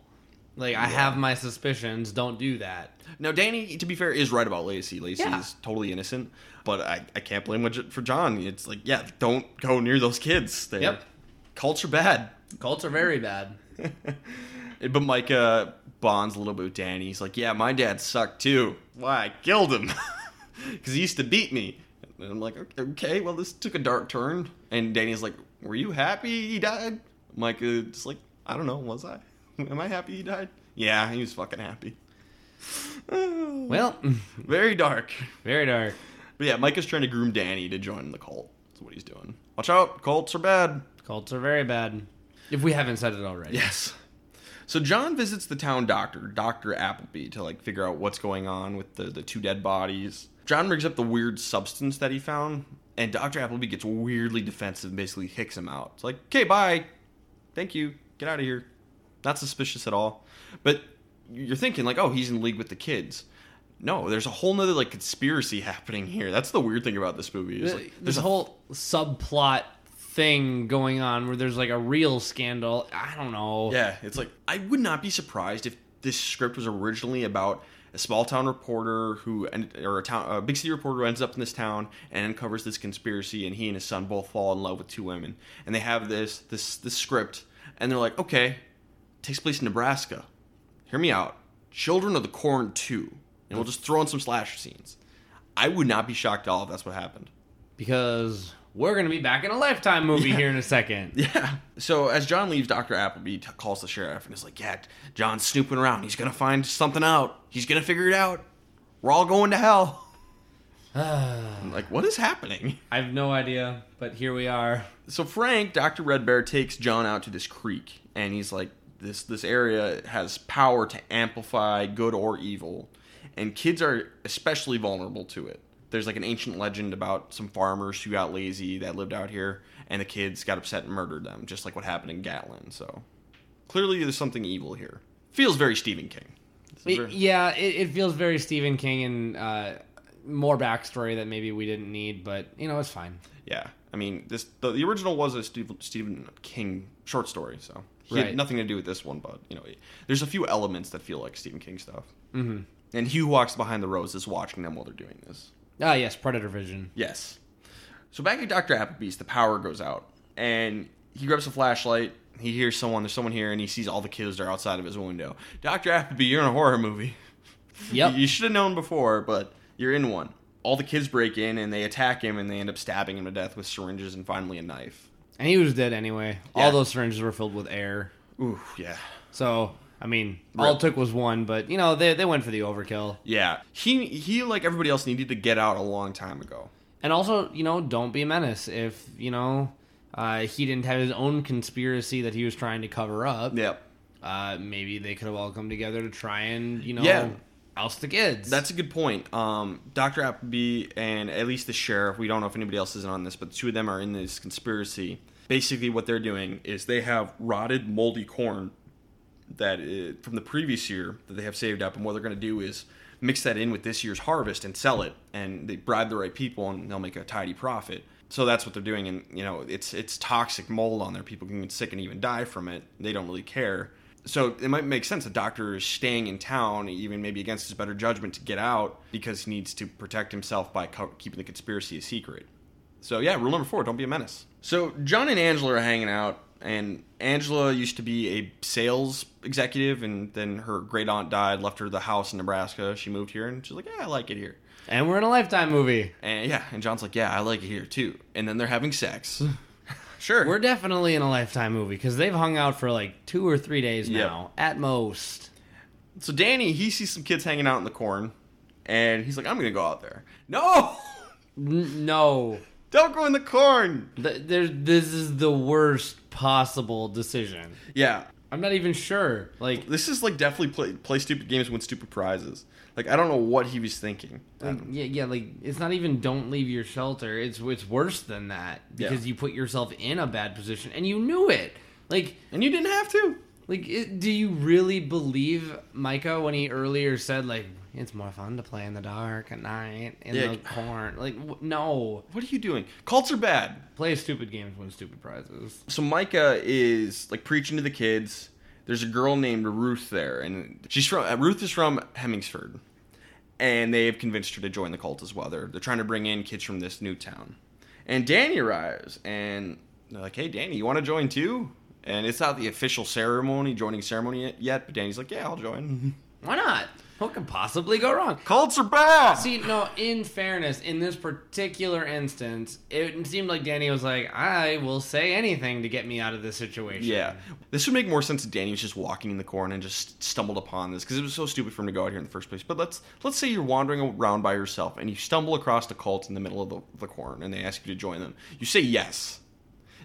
Speaker 2: Like I have my suspicions, don't do that.
Speaker 1: Now, Danny, to be fair, is right about Lacey. Lacey
Speaker 2: Yeah.
Speaker 1: is totally innocent, but I, I can't blame much for John. It's like, yeah, don't go near those kids. They're
Speaker 2: Yep.
Speaker 1: culture bad.
Speaker 2: Cults are very bad.
Speaker 1: But Micah uh, bonds a little bit with Danny. He's like, yeah, my dad sucked too. Why? I killed him. Because he used to beat me. And I'm like, "Okay, okay, well, this took a dark turn. And Danny's like, were you happy he died? Micah's like, I don't know, was I? Am I happy he died? Yeah, he was fucking happy.
Speaker 2: Well,
Speaker 1: Very dark.
Speaker 2: very dark.
Speaker 1: But yeah, Mike is trying to groom Danny to join the cult. That's what he's doing. Watch out, cults are bad.
Speaker 2: Cults are very bad. If we haven't said it already.
Speaker 1: Yes. So John visits the town doctor, Dr. Appleby, to like figure out what's going on with the, the two dead bodies. John brings up the weird substance that he found, and Dr. Appleby gets weirdly defensive and basically kicks him out. It's like, okay, bye. Thank you. Get out of here. Not suspicious at all. But you're thinking, like, oh, he's in league with the kids. No, there's a whole nother like conspiracy happening here. That's the weird thing about this movie. Is,
Speaker 2: There's,
Speaker 1: like,
Speaker 2: a whole subplot thing going on where there's like a real scandal. I don't know.
Speaker 1: Yeah, it's like I would not be surprised if this script was originally about a small town reporter who end- or a town a big city reporter who ends up in this town and uncovers this conspiracy and he and his son both fall in love with two women and they have this this this script and they're like, "Okay, takes place in Nebraska. Hear me out. Children of the Corn 2." And we'll just throw in some slasher scenes. I would not be shocked at all if that's what happened.
Speaker 2: Because we're going to be back in a Lifetime movie here in a second.
Speaker 1: Yeah. So as John leaves, Dr. Appleby t- calls the sheriff and is like, Yeah, John's snooping around. He's going to find something out. He's going to figure it out. We're all going to hell. I'm like, what is happening?
Speaker 2: I have no idea, but here we are.
Speaker 1: So Frank, Dr. Red Bear, takes John out to this creek and he's like, This this area has power to amplify good or evil. And kids are especially vulnerable to it. There's like an ancient legend about some farmers who got lazy that lived out here, and the kids got upset and murdered them, just like what happened in Gatlin. So clearly there's something evil here. Feels very Stephen King. It's
Speaker 2: It-
Speaker 1: very-
Speaker 2: yeah, it, it feels very Stephen King and uh, more backstory that maybe we didn't need, but you know, it's fine.
Speaker 1: yeah. I mean, this the, the original was a Steve, Stephen King short story, so he
Speaker 2: Right.
Speaker 1: had nothing to do with this one. But you know, there's a few elements that feel like Stephen King stuff. Mm-hmm. And Hugh walks behind the roses, watching them while they're doing this.
Speaker 2: Ah, yes, Predator Vision.
Speaker 1: Yes. So back at Doctor Applebee's, the power goes out, and he grabs a flashlight. He hears someone. There's someone here, and he sees all the kids are outside of his window. Doctor Appleby, you're in a horror movie.
Speaker 2: Yep.
Speaker 1: You should have known before, but you're in one. All the kids break in and they attack him and they end up stabbing him to death with syringes and finally a knife.
Speaker 2: And he was dead anyway.
Speaker 1: Yeah.
Speaker 2: All those syringes were filled with air.
Speaker 1: Ooh, yeah.
Speaker 2: So, I mean, all
Speaker 1: Rip.
Speaker 2: it took was one, but you know, they, they went for the overkill.
Speaker 1: Yeah. He he like everybody else needed to get out a long time ago.
Speaker 2: And also, you know, don't be a menace. If you know uh, he didn't have his own conspiracy that he was trying to cover up,
Speaker 1: Yep.
Speaker 2: uh, maybe they could have all come together to try and you know
Speaker 1: Yeah.
Speaker 2: oust the kids.
Speaker 1: That's a good point. Um, Dr. Appleby and at least the sheriff, we don't know if anybody else isn't on this, but two of them are in this conspiracy. Basically, what they're doing is they have rotted, moldy corn that uh from the previous year that they have saved up, and what they're going to do is mix that in with this year's harvest and sell it, and they bribe the right people, and they'll make a tidy profit. So that's what they're doing, and you know it's it's toxic mold on there. People can get sick and even die from it. They don't really care. So it might make sense. A doctor is staying in town, even maybe against his better judgment, to get out because he needs to protect himself by co- keeping the conspiracy a secret. So yeah, rule number four: don't be a menace. So John and Angela are hanging out, and Angela used to be a sales executive, and then her great aunt died, left her the house in Nebraska. She moved here, and she's like, "Yeah, I like it here."
Speaker 2: and we're in a lifetime movie.
Speaker 1: And yeah, and John's like, "Yeah, I like it here too." And then they're having sex. sure.
Speaker 2: We're definitely in a lifetime movie because they've hung out for like two or three days
Speaker 1: Yep.
Speaker 2: now at most.
Speaker 1: so Danny, he sees some kids hanging out in the corn, and he's like, "I'm gonna go out there." No,
Speaker 2: N- no,
Speaker 1: don't go in the corn.
Speaker 2: Th- there, this is the worst possible decision.
Speaker 1: Yeah,
Speaker 2: I'm not even sure. Like,
Speaker 1: this is like definitely play, play stupid games, win stupid prizes. Like I don't know what he was thinking.
Speaker 2: Like, yeah, yeah, like it's not even don't leave your shelter. It's it's worse than that
Speaker 1: Yeah.
Speaker 2: because you put yourself in a bad position and you knew it. Like
Speaker 1: And you didn't have to.
Speaker 2: Like, it, do you really believe Micah when he earlier said like it's more fun to play in the dark at night in
Speaker 1: Yeah.
Speaker 2: the corn? Like, w- no,
Speaker 1: What are you doing? Cults are bad.
Speaker 2: play stupid games, win stupid prizes.
Speaker 1: So Micah is like preaching to the kids. There's a girl named Ruth there, and she's from uh, Ruth is from Hemingsford, and they have convinced her to join the cult as well. They're they're trying to bring in kids from this new town, and Danny arrives, and they're like, "Hey, Danny, you want to join too?" And it's not the official ceremony, joining ceremony yet- yet, but Danny's like, "Yeah, I'll join."
Speaker 2: Why not? What could possibly go wrong?
Speaker 1: Cults are bad.
Speaker 2: See, no, in fairness, in this particular instance, it seemed like Danny was like, I will say anything to get me out of this situation.
Speaker 1: Yeah, this would make more sense if Danny was just walking in the corn and just stumbled upon this because it was so stupid for him to go out here in the first place. But let's let's say you're wandering around by yourself and you stumble across the cult in the middle of the, the corn and they ask you to join them. You say yes.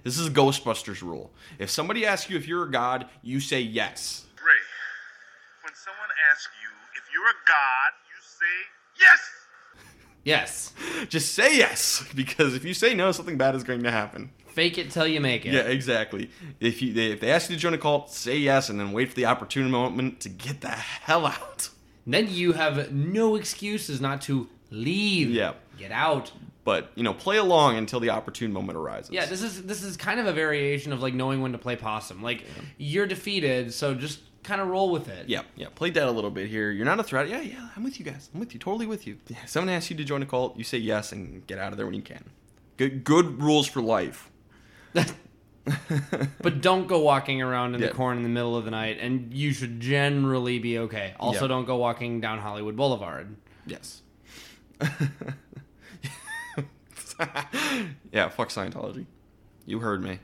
Speaker 1: This is Ghostbusters rule. If somebody asks you if you're a god, you say yes.
Speaker 3: Ray, when someone asks you if you're a god, you say yes.
Speaker 2: Yes.
Speaker 1: Just say yes because if you say no, something bad is going to happen.
Speaker 2: Fake it till you make it.
Speaker 1: Yeah, exactly. If you they, if they ask you to join a cult, say yes and then wait for the opportune moment to get the hell out.
Speaker 2: Then you have no excuses not to leave.
Speaker 1: Yeah.
Speaker 2: Get out.
Speaker 1: but you know play along until the opportune moment arises
Speaker 2: Yeah, this is this is kind of a variation of like knowing when to play possum. Like you're defeated, so just kind of roll with it.
Speaker 1: yeah yeah play dead a little bit here you're not a threat yeah yeah i'm with you guys i'm with you totally with you yeah, someone asks you to join a cult you say yes and get out of there when you can good good rules for life
Speaker 2: But don't go walking around in
Speaker 1: Yeah.
Speaker 2: the corn in the middle of the night, and you should generally be okay. Also,
Speaker 1: Yeah.
Speaker 2: don't go walking down Hollywood Boulevard.
Speaker 1: yes yeah fuck scientology you heard me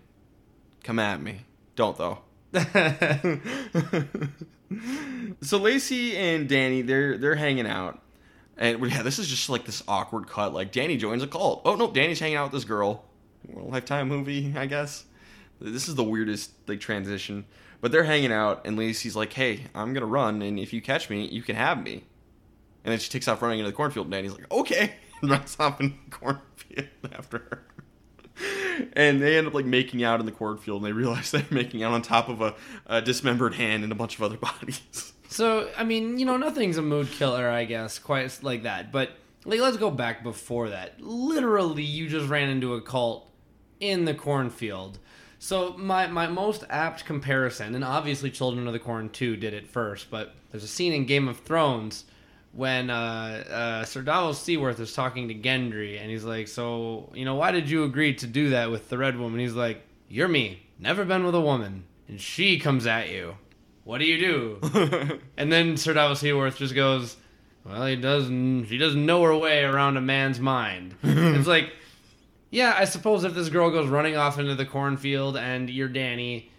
Speaker 1: come at me don't though so Lacey and Danny, they're they're hanging out, and well, yeah, this is just like this awkward cut. Like Danny joins a cult. Oh no, Danny's hanging out with this girl. Well, Lifetime movie, I guess. This is the weirdest like transition. But they're hanging out, and Lacey's like, "Hey, I'm gonna run, and if you catch me, you can have me." And then she takes off running into the cornfield, and Danny's like, "Okay," and runs off in the cornfield after her. And they end up like making out in the cornfield, and they realize they're making out on top of a, a dismembered hand and a bunch of other bodies.
Speaker 2: So, I mean, you know, nothing's a mood killer, I guess, quite like that. But like, let's go back before that. Literally, you just ran into a cult in the cornfield. So, my my most apt comparison, and obviously, Children of the Corn two did it first. But there's a scene in Game of Thrones when uh, uh, Sir Davos Seaworth is talking to Gendry, and he's like, "So, you know, why did you agree to do that with the Red Woman?" He's like, "You're me. Never been with a woman, and she comes at you. What do you do?" And then Sir Davos Seaworth just goes, "Well, he doesn't. She doesn't know her way around a man's mind." it's like, yeah, I suppose if this girl goes running off into the cornfield and you're Danny,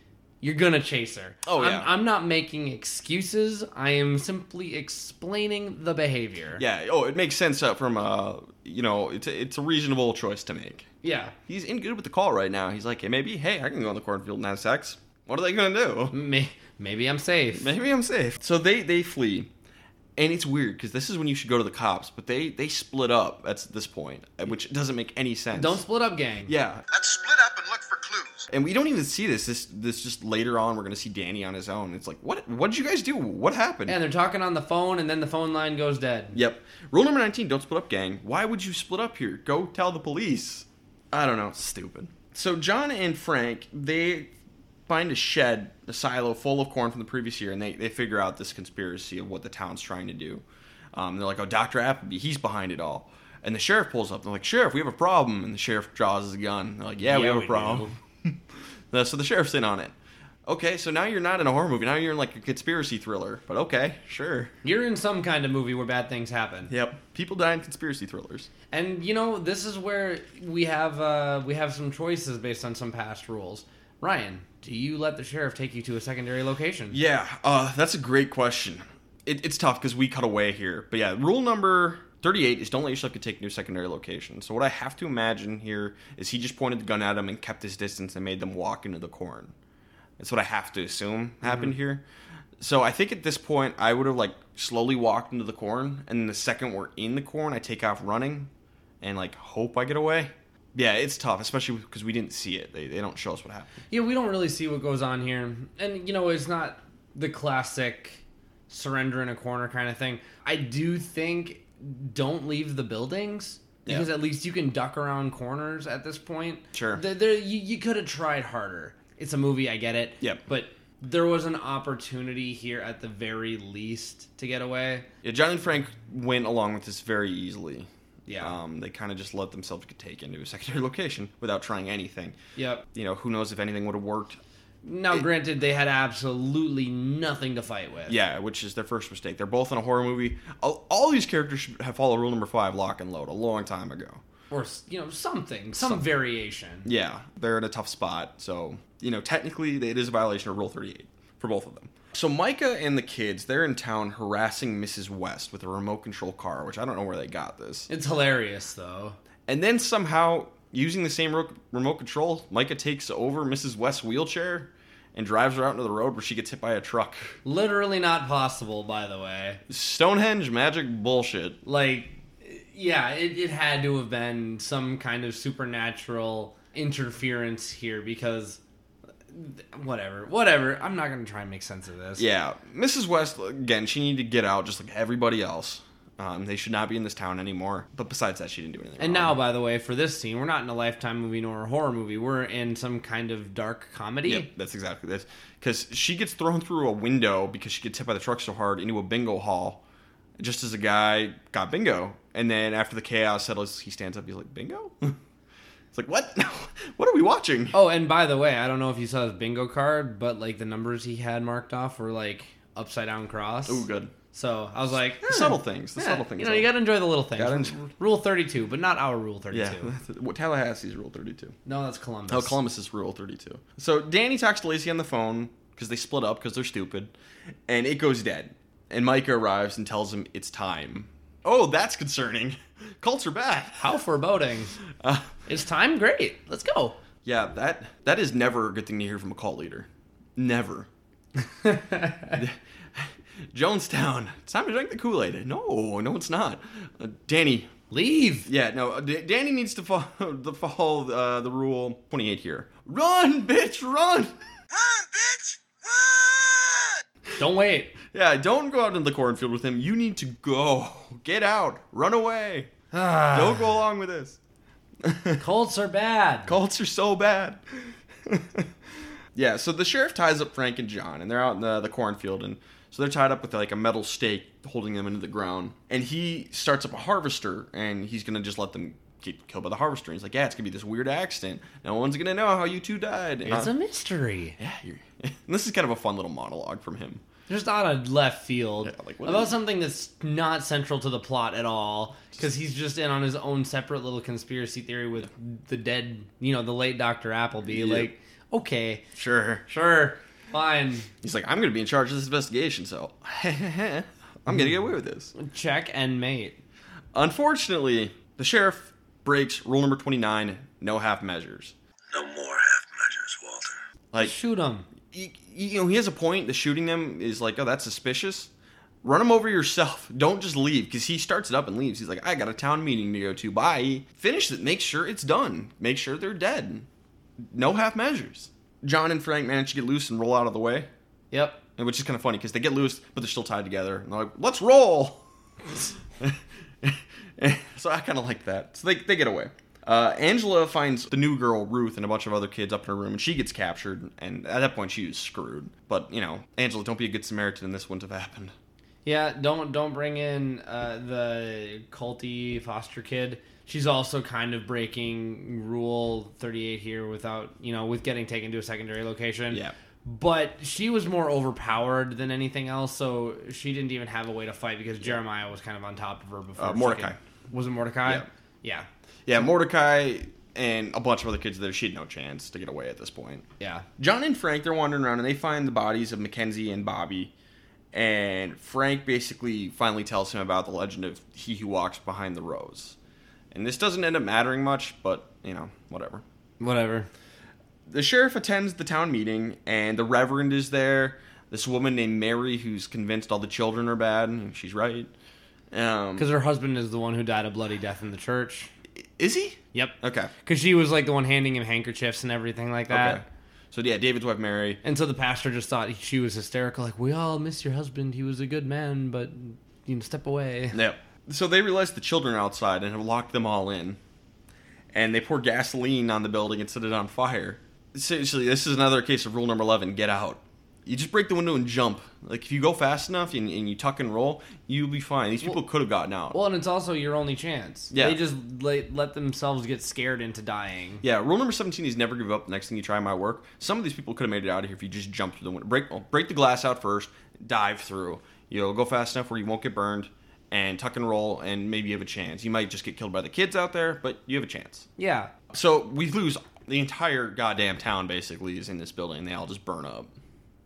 Speaker 2: you're gonna chase her.
Speaker 1: Oh,
Speaker 2: I'm,
Speaker 1: yeah.
Speaker 2: I'm not making excuses. I am simply explaining the behavior.
Speaker 1: Yeah. Oh, it makes sense uh, from uh, you know, it's a, it's a reasonable choice to make.
Speaker 2: Yeah.
Speaker 1: He's in good with the call right now. He's like, hey, maybe, hey, I can go in the cornfield and have sex. What are they gonna do?
Speaker 2: May- maybe I'm safe.
Speaker 1: Maybe I'm safe. So they they flee, and it's weird because this is when you should go to the cops, but they they split up at this point, which doesn't make any sense.
Speaker 2: Don't split up, gang.
Speaker 1: Yeah.
Speaker 3: Let's split up and look for clues.
Speaker 1: And we don't even see this. This this just later on we're gonna see Danny on his own. It's like what what did you guys do? What happened?
Speaker 2: And they're talking on the phone, and then the phone line goes dead.
Speaker 1: Yep. Rule number 19 don't split up, gang. Why would you split up here? Go tell the police. I don't know. Stupid. So, John and Frank, they find a shed, a silo full of corn from the previous year, and they, they figure out this conspiracy of what the town's trying to do. Um, they're like, oh, Dr. Appleby, he's behind it all. And the sheriff pulls up. They're like, Sheriff, we have a problem. And the sheriff draws his gun. They're like, Yeah, we
Speaker 2: Yeah,
Speaker 1: have
Speaker 2: we
Speaker 1: a problem. Uh, so the sheriff's in on it. Okay, so now you're not in a horror movie. Now you're in like a conspiracy thriller. But okay, sure.
Speaker 2: You're in some kind of movie where bad things happen.
Speaker 1: Yep. People die in conspiracy thrillers.
Speaker 2: And you know, this is where we have uh, we have some choices based on some past rules. Ryan, do you let the sheriff take you to a secondary location?
Speaker 1: Yeah, uh, that's a great question. It, it's tough because we cut away here. But yeah, rule number 38 is don't let yourself get taken to a secondary location. So what I have to imagine here is he just pointed the gun at him and kept his distance and made them walk into the corn. That's what I have to assume happened here. So I think at this point I would have like slowly walked into the corn, and the second we're in the corn, I take off running and like hope I get away. yeah, it's tough, especially because we didn't see it. They, they don't show us what happened.
Speaker 2: Yeah, we don't really see what goes on here. And, you know, it's not the classic surrender in a corner kind of thing. I do think don't leave the buildings because
Speaker 1: Yeah.
Speaker 2: at least you can duck around corners at this point.
Speaker 1: Sure.
Speaker 2: There, there, you, you could have tried harder. It's a movie, I get it.
Speaker 1: Yep.
Speaker 2: But there was an opportunity here at the very least to get away.
Speaker 1: Yeah, John and Frank went along with this very easily.
Speaker 2: Yeah.
Speaker 1: Um, they kind of just let themselves get taken to a secondary location without trying anything.
Speaker 2: Yep.
Speaker 1: You know, who knows if anything would have worked.
Speaker 2: Now, granted, they had absolutely nothing to fight with.
Speaker 1: Yeah, which is their first mistake. They're both in a horror movie. All, all these characters should have followed rule number five, lock and load, a long time ago.
Speaker 2: Or, s- you know, something, some variation.
Speaker 1: Yeah, they're in a tough spot. So, you know, technically it is a violation of Rule 38 for both of them. So Micah and the kids, they're in town harassing Mrs. West with a remote control car, which I don't know where they got this.
Speaker 2: It's hilarious, though.
Speaker 1: And then somehow, using the same ro- remote control, Micah takes over Mrs. West's wheelchair and drives her out into the road where she gets hit by a truck.
Speaker 2: Literally not possible, by the way.
Speaker 1: Stonehenge magic bullshit.
Speaker 2: Like, yeah, it, it had to have been some kind of supernatural interference here because. Whatever, whatever. I'm not gonna try and make sense of this.
Speaker 1: Yeah, Mrs. West again. She needed to get out, just like everybody else. Um, they should not be in this town anymore. But besides that, she didn't do anything.
Speaker 2: And now,
Speaker 1: wrong.
Speaker 2: by the way, for this scene, we're not in a lifetime movie nor a horror movie. We're in some kind of dark comedy.
Speaker 1: Yep, that's exactly this. Because she gets thrown through a window because she gets hit by the truck so hard into a bingo hall, just as a guy got bingo. And then after the chaos settles, he stands up. He's like, "Bingo." it's like, "What? what are we watching?"
Speaker 2: Oh, and by the way, I don't know if you saw his bingo card, but like the numbers he had marked off were like upside down cross.
Speaker 1: Oh, good.
Speaker 2: So I was like,
Speaker 1: The
Speaker 2: eh,
Speaker 1: subtle things, the
Speaker 2: yeah,
Speaker 1: subtle things
Speaker 2: You know, you
Speaker 1: though.
Speaker 2: gotta enjoy the little things.
Speaker 1: Gotta enjoy-
Speaker 2: Rule thirty-two, but not our rule
Speaker 1: Yeah,
Speaker 2: thirty-two.
Speaker 1: what Tallahassee's rule thirty-two.
Speaker 2: No, that's Columbus.
Speaker 1: Oh, Columbus is rule 32. So Danny talks to Lacey on the phone because they split up because they're stupid, and it goes dead. And Micah arrives and tells him it's time. Oh, that's concerning. Cults are back.
Speaker 2: How foreboding!
Speaker 1: Uh,
Speaker 2: It's time. Great. Let's go.
Speaker 1: yeah, that that is never a good thing to hear from a cult leader. Never. Jonestown, it's time to drink the Kool Aid. No, no, it's not. Uh, Danny,
Speaker 2: Leave.
Speaker 1: yeah, no, uh, D- Danny needs to follow the follow uh, the rule 28 here. Run, bitch, run.
Speaker 3: Run, bitch! Run!
Speaker 2: Don't wait.
Speaker 1: Yeah, don't go out into the cornfield with him. You need to go. Get out. Run away. Don't
Speaker 2: Ah,
Speaker 1: go along with this.
Speaker 2: Colts are bad.
Speaker 1: Cults are so bad. yeah, so the sheriff ties up Frank and John, and they're out in the, the cornfield, and so they're tied up with like a metal stake holding them into the ground. And he starts up a harvester, and he's gonna just let them get killed by the harvester. And he's like, yeah, it's gonna be this weird accident. No one's gonna know how you two died. And
Speaker 2: it's
Speaker 1: I-
Speaker 2: a mystery.
Speaker 1: yeah, you're, and this is kind of a fun little monologue from him.
Speaker 2: Just out of left field
Speaker 1: Yeah, like, what
Speaker 2: about
Speaker 1: is-
Speaker 2: something that's not central to the plot at all, because he's just in on his own separate little conspiracy theory with the dead, you know, the late Doctor Appleby.
Speaker 1: Yeah.
Speaker 2: Like, okay,
Speaker 1: Sure.
Speaker 2: sure, fine,
Speaker 1: He's like, I'm going to be in charge of this investigation, so I'm going to get away with this.
Speaker 2: check and mate.
Speaker 1: Unfortunately, the sheriff breaks rule number 29 no half measures.
Speaker 3: No more half measures, Walter.
Speaker 1: Like,
Speaker 2: Shoot him.
Speaker 1: you, you know, he has a point. The shooting them is like, oh, that's suspicious. Run him over yourself. Don't just leave because he starts it up and leaves. He's like, I got a town meeting to go to. Bye. Finish it. Make sure it's done. Make sure they're dead. No half measures. John and Frank manage to get loose and roll out of the way.
Speaker 2: Yep.
Speaker 1: And which is kind of funny because they get loose, but they're still tied together. And they're like, "Let's roll." so I kind of like that. So they they get away. Uh, Angela finds the new girl Ruth and a bunch of other kids up in her room, and she gets captured. And at that point, she is screwed. But you know, Angela, don't be a good Samaritan, and this wouldn't have happened.
Speaker 2: Yeah. Don't don't bring in uh, the culty foster kid. She's also kind of breaking Rule Thirty Eight here without you know with getting taken to a secondary location.
Speaker 1: Yeah.
Speaker 2: But she was more overpowered than anything else, so she didn't even have a way to fight because Jeremiah was kind of on top of her before.
Speaker 1: Uh,
Speaker 2: she
Speaker 1: Mordecai.
Speaker 2: could- was it Mordecai?
Speaker 1: Yeah.
Speaker 2: Yeah.
Speaker 1: Yeah, Mordecai and a bunch of other kids there, she had no chance to get away at this point.
Speaker 2: Yeah.
Speaker 1: John and Frank, they're wandering around and they find the bodies of Mackenzie and Bobby. And Frank basically finally tells him about the legend of He Who Walks Behind the Rose. And this doesn't end up mattering much, but, you know, whatever.
Speaker 2: Whatever.
Speaker 1: The sheriff attends the town meeting and the reverend is there. This woman named Mary who's convinced all the children are bad, and she's right. Um,
Speaker 2: Because her husband is the one who died a bloody death in the church.
Speaker 1: Is he?
Speaker 2: Yep.
Speaker 1: Okay.
Speaker 2: Because she was like the one handing him handkerchiefs and everything like that.
Speaker 1: Okay. So yeah, David's wife Mary.
Speaker 2: And so the pastor just thought he- she was hysterical. Like, we all miss your husband. He was a good man, but you know, step away.
Speaker 1: Yep. So they realize the children are outside and have locked them all in, and they pour gasoline on the building and set it on fire. Essentially, this is another case of rule number eleven: get out. You just break the window and jump. Like if you go fast enough and, and you tuck and roll, you'll be fine. These people could have gotten out.
Speaker 2: Well, and it's also your only chance.
Speaker 1: Yeah.
Speaker 2: They just let, let themselves get scared into dying.
Speaker 1: Yeah, rule number seventeen is never give up. Next thing you try, my work. Some of these people could have made it out of here if you just jumped through the window. Break, well, break the glass out first. Dive through. You'll go fast enough where you won't get burned, and tuck and roll, and maybe you have a chance. You might just get killed by the kids out there, but you have a chance.
Speaker 2: Yeah.
Speaker 1: So we lose the entire goddamn town. Basically, is in this building. They all just burn up.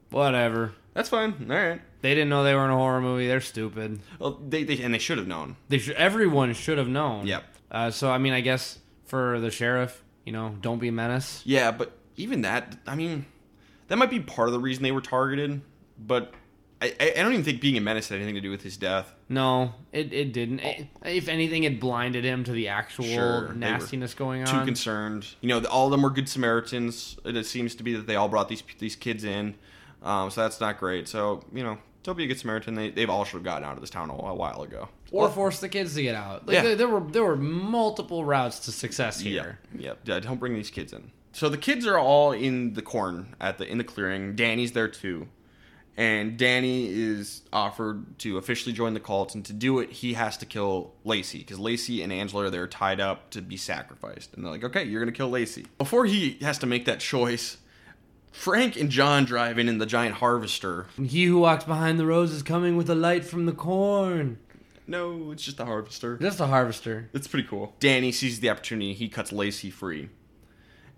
Speaker 2: Whatever.
Speaker 1: That's fine. All right.
Speaker 2: They didn't know they were in a horror movie. They're stupid.
Speaker 1: Well, they, they and they should have known.
Speaker 2: They should, everyone should have known.
Speaker 1: Yep.
Speaker 2: Uh, so I mean, I guess for the sheriff, you know, don't be a menace.
Speaker 1: Yeah, but even that, I mean, that might be part of the reason they were targeted. But I, I I don't even think being a menace had anything to do with his death.
Speaker 2: No, it, it didn't. It- if anything, it blinded him to the actual
Speaker 1: Oh. Sure, they were
Speaker 2: nastiness going
Speaker 1: too
Speaker 2: on.
Speaker 1: concerned. You know, all of them were good Samaritans. It, it seems to be that they all brought these these kids in, um, so that's not great. So you know, don't be a good Samaritan. They they've all should have gotten out of this town a, wh- a while ago.
Speaker 2: or force the kids to get out. Like
Speaker 1: Yeah.
Speaker 2: there, there were there were multiple routes to success
Speaker 1: yeah,
Speaker 2: here.
Speaker 1: yeah, yeah. Don't bring these kids in. So the kids are all in the corn at the in the clearing. Danny's there too, and Danny is offered to officially join the cult, and to do it, he has to kill Lacey because Lacey and Angela are there tied up to be sacrificed, and they're like, "Okay, you're gonna kill Lacey." Before he has to make that choice, Frank and John drive in in the giant harvester.
Speaker 2: He who walks behind the rose is coming with a light from the corn.
Speaker 1: No, it's just the harvester.
Speaker 2: That's the harvester.
Speaker 1: It's pretty cool. Danny sees the opportunity. He cuts Lacey free.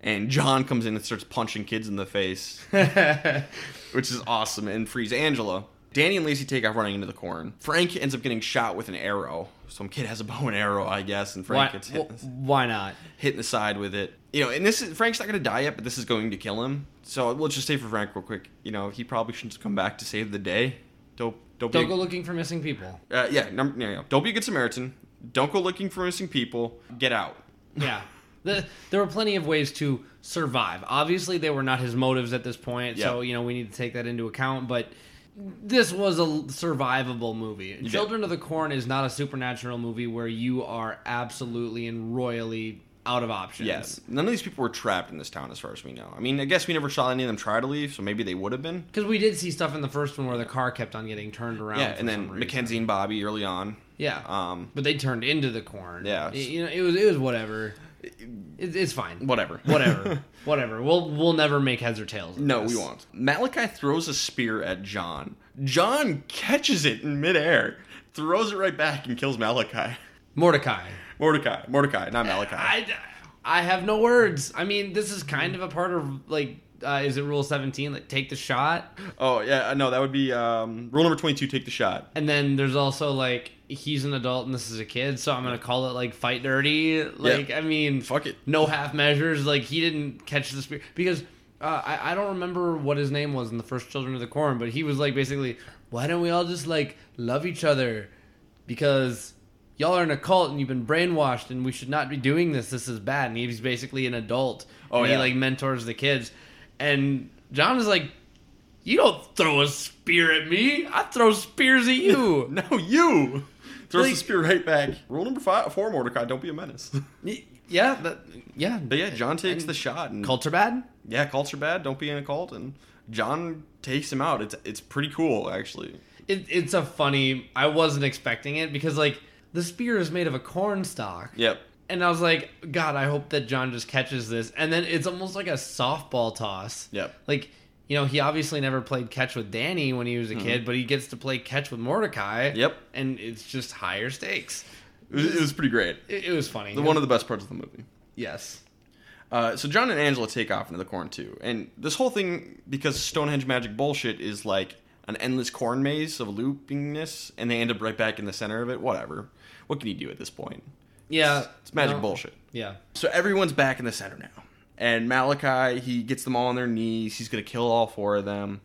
Speaker 1: And John comes in and starts punching kids in the face, which is awesome, and frees Angela. Danny and Lacey take off running into the corn. Frank ends up getting shot with an arrow. Some kid has a bow and arrow, I guess, and Frank
Speaker 2: Why,
Speaker 1: gets hit,
Speaker 2: wh- why not?
Speaker 1: hit in the side with it. You know, and this is, Frank's not going to die yet, but this is going to kill him. So we'll just say for Frank real quick. You know, he probably shouldn't come back to save the day. Don't don't,
Speaker 2: Don't
Speaker 1: be,
Speaker 2: go looking for missing people.
Speaker 1: uh, yeah, num- yeah, yeah. Don't be a good Samaritan. Don't go looking for missing people. Get out.
Speaker 2: Yeah. The, there were plenty of ways to survive. Obviously, they were not his motives at this point, so
Speaker 1: Yeah.
Speaker 2: you know we need to take that into account. But this was a l- survivable movie. Children of the Corn is not a supernatural movie where you are absolutely and royally out of options.
Speaker 1: Yes. None of these people were trapped in this town, as far as we know. I mean, I guess we never saw any of them try to leave, so maybe they would have been.
Speaker 2: Because we did see stuff in the first one where the car kept on getting turned around.
Speaker 1: Yeah,
Speaker 2: for
Speaker 1: and then
Speaker 2: some reason.
Speaker 1: Mackenzie and Bobby early on.
Speaker 2: Yeah.
Speaker 1: Um,
Speaker 2: but they turned into the corn.
Speaker 1: Yeah.
Speaker 2: Y- you know, it was it was whatever. It, it's fine.
Speaker 1: whatever.
Speaker 2: Whatever. whatever. We'll we'll never make heads or tails. of
Speaker 1: no, we
Speaker 2: this.
Speaker 1: won't. Malachi throws a spear at John. John catches it in midair, throws it right back, and kills Malachi.
Speaker 2: Mordecai.
Speaker 1: Mordecai. Mordecai, not Malachi.
Speaker 2: I, I have no words. I mean, this is kind of a part of like, uh, is it rule seventeen? Like, take the shot,
Speaker 1: oh, yeah, no, that would be um, rule number 22 take the shot.
Speaker 2: and then there's also like he's an adult and this is a kid, so I'm gonna call it like fight dirty. Like, I mean,
Speaker 1: Fuck it.
Speaker 2: no half measures. Like he didn't catch the spear because uh, I I don't remember what his name was in the first Children of the Corn, but he was like basically, why don't we all just like love each other? Because y'all are in a cult and you've been brainwashed and we should not be doing this. This is bad. And he's basically an adult.
Speaker 1: Oh,
Speaker 2: and
Speaker 1: yeah.
Speaker 2: He like mentors the kids, and John is like. You don't throw a spear at me. I throw spears at you.
Speaker 1: No, you! Throws the
Speaker 2: Like-
Speaker 1: spear right back. Rule number five, four, Mordecai, don't be a menace.
Speaker 2: Y- yeah, that, yeah.
Speaker 1: but yeah, John takes the shot. And
Speaker 2: Cults are bad.
Speaker 1: yeah, cults are bad. Don't be in a cult. And John takes him out. It's it's pretty cool actually.
Speaker 2: it, it's a funny i wasn't expecting it because like the spear is made of a corn stalk
Speaker 1: Yep.
Speaker 2: and i was like god i hope that john just catches this and then it's almost like a softball toss
Speaker 1: Yep.
Speaker 2: like you know he obviously never played catch with danny when he was a kid but he gets to play catch with mordecai
Speaker 1: Mm-hmm. Yep.
Speaker 2: and it's just higher stakes
Speaker 1: It was, it was pretty great.
Speaker 2: it, it was funny
Speaker 1: The one of the best parts of the movie.
Speaker 2: yes
Speaker 1: Uh, so John and Angela take off into the corn too, and this whole thing because Stonehenge magic bullshit is like an endless corn maze of loopingness, and they end up right back in the center of it. Whatever. What can you do at this point?
Speaker 2: yeah
Speaker 1: It's magic
Speaker 2: Uh, no,
Speaker 1: bullshit.
Speaker 2: yeah
Speaker 1: So everyone's back in the center now. And Malachi, he gets them all on their knees. He's going to kill all four of them.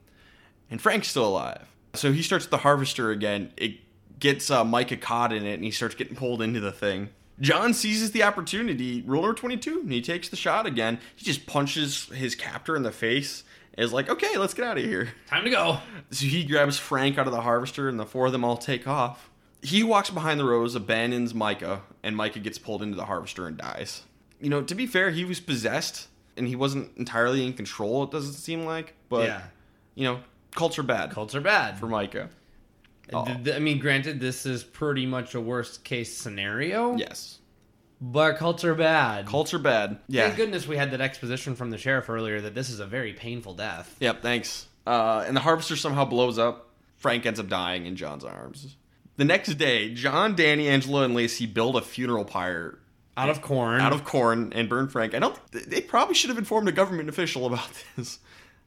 Speaker 1: And Frank's still alive. So he starts the harvester again. It gets uh, Micah caught in it, and he starts getting pulled into the thing. John seizes the opportunity, rule number 22, and he takes the shot again. He just punches his captor in the face. Is like, okay, let's get out of here.
Speaker 2: Time to go.
Speaker 1: So he grabs Frank out of the harvester, and the four of them all take off. He walks behind the rows, abandons Micah, and Micah gets pulled into the harvester and dies. You know, to be fair, he was possessed, and he wasn't entirely in control, it doesn't seem like. But,
Speaker 2: yeah,
Speaker 1: you know, cults are bad
Speaker 2: cults are bad.
Speaker 1: for Micah. Oh.
Speaker 2: Uh, th- th- I mean, granted, this is pretty much a worst case scenario.
Speaker 1: Yes.
Speaker 2: But cults are bad.
Speaker 1: Cults are bad. Yeah.
Speaker 2: Thank goodness we had that exposition from the sheriff earlier that this is a very painful death.
Speaker 1: Yep, thanks. Uh, and the harvester somehow blows up. Frank ends up dying in John's arms. The next day, John, Danny, Angela, and Lacey build a funeral pyre
Speaker 2: Out of corn.
Speaker 1: out of corn and burn Frank. I don't. They probably should have informed a government official about this.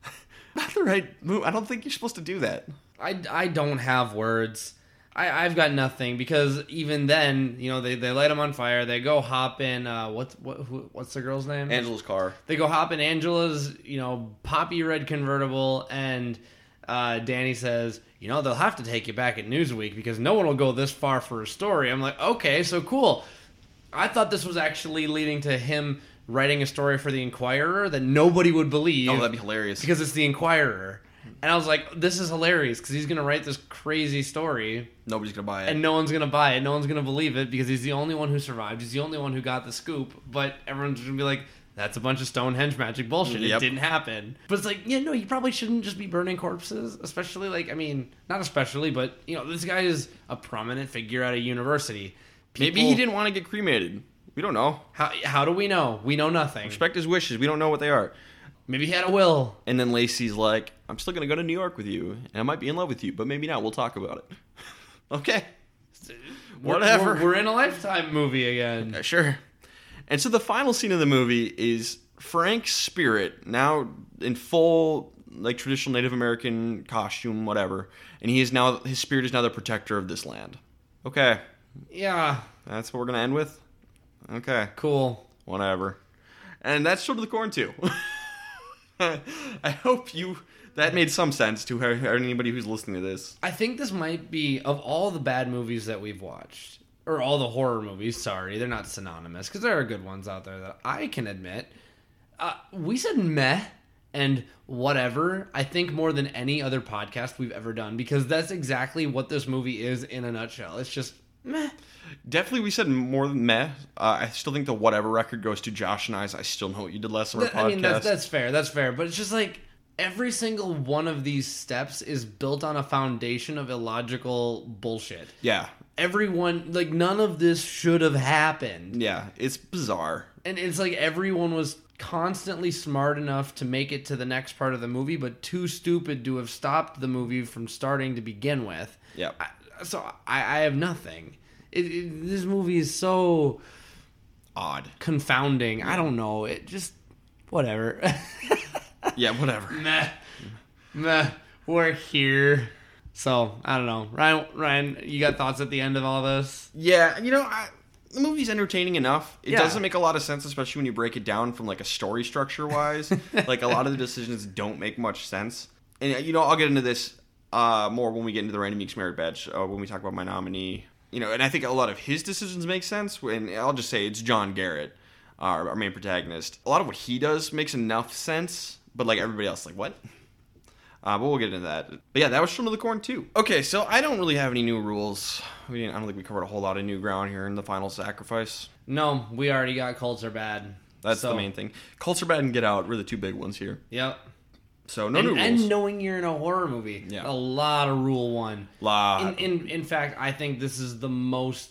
Speaker 1: Not the right move. I don't think you're supposed to do that.
Speaker 2: I, I don't have words. I, I've got nothing because even then, you know, they, they light him on fire. They go hop in. Uh, what's what? Who, what's the girl's name?
Speaker 1: Angela's car.
Speaker 2: they go hop in Angela's, you know, poppy red convertible, and uh, Danny says, you know, they'll have to take you back at Newsweek because no one will go this far for a story. I'm like, okay, so cool. I thought this was actually leading to him writing a story for the Inquirer that nobody would believe
Speaker 1: Oh, that'd be hilarious.
Speaker 2: because it's the Inquirer. And I was like, this is hilarious because he's going to write this crazy story
Speaker 1: nobody's gonna buy it.
Speaker 2: and no one's gonna buy it. No one's gonna believe it because he's the only one who survived. He's the only one who got the scoop. But everyone's gonna be like, "That's a bunch of Stonehenge magic bullshit.
Speaker 1: Yep.
Speaker 2: It didn't happen." But it's like, yeah, no, you probably shouldn't just be burning corpses, especially like, I mean, not especially, but you know, this guy is a prominent figure at a university.
Speaker 1: Maybe
Speaker 2: People-
Speaker 1: he didn't want to get cremated. We don't know.
Speaker 2: How, how do we know? We know nothing.
Speaker 1: Respect his wishes. We don't know what they are.
Speaker 2: Maybe he had a will.
Speaker 1: And then Lacey's like, I'm still gonna go to New York with you, and I might be in love with you, but maybe not. We'll talk about it. okay.
Speaker 2: We're-
Speaker 1: Whatever.
Speaker 2: We're, we're in a lifetime movie again.
Speaker 1: Yeah, Uh, sure. And so the final scene of the movie is Frank's spirit, now in full like traditional Native American costume, whatever, and he is now his spirit is now the protector of this land. Okay,
Speaker 2: Yeah.
Speaker 1: that's what we're gonna end with. Okay,
Speaker 2: Cool.
Speaker 1: whatever. And that's sort of the corn too. I hope you that made some sense to her, or anybody who's listening to this.
Speaker 2: I think this might be of all the bad movies that we've watched, or all the horror movies. Sorry, they're not synonymous because there are good ones out there that I can admit. Uh, we said meh and whatever. I think more than any other podcast we've ever done because that's exactly what this movie is in a nutshell. It's just meh.
Speaker 1: Definitely, we said more than meh. Uh, I still think the whatever record goes to Josh and I's. I still know what you did last summer
Speaker 2: That-
Speaker 1: podcast.
Speaker 2: I mean, that's, that's fair. That's fair. But it's just like every single one of these steps is built on a foundation of illogical bullshit.
Speaker 1: yeah,
Speaker 2: Everyone, like, none of this should have happened.
Speaker 1: yeah, it's bizarre.
Speaker 2: and it's like everyone was constantly smart enough to make it to the next part of the movie but too stupid to have stopped the movie from starting to begin with
Speaker 1: Yeah,
Speaker 2: I, so I, I have nothing it, it, this movie is so
Speaker 1: odd.
Speaker 2: confounding i don't know it just whatever
Speaker 1: Yeah, whatever.
Speaker 2: meh meh we're here so i don't know ryan ryan you got thoughts at the end of all this
Speaker 1: Yeah, you know, I, the movie's entertaining enough. It
Speaker 2: Yeah.
Speaker 1: doesn't make a lot of sense, especially when you break it down from like a story structure wise. like a lot of the decisions don't make much sense. And uh, you know, I'll get into this uh, more when we get into the Randy Meeks merit badge uh, when we talk about my nominee. You know, and I think a lot of his decisions make sense. And I'll just say it's John Garrett, our, our main protagonist. A lot of what he does makes enough sense, but like everybody else, like what? Uh, but we'll get into that. But yeah, that was from the corn too. Okay, so I don't really have any new rules. We didn't, I don't think we covered a whole lot of new ground here in the final sacrifice.
Speaker 2: no we already got colds are bad
Speaker 1: That's
Speaker 2: So,
Speaker 1: the main thing. Culture bad and get out were the two big ones here.
Speaker 2: yep
Speaker 1: So no
Speaker 2: and,
Speaker 1: new
Speaker 2: and
Speaker 1: rules.
Speaker 2: knowing you're in a horror movie,
Speaker 1: Yeah.
Speaker 2: a lot of rule one.
Speaker 1: La.
Speaker 2: In, in in fact, I think this is the most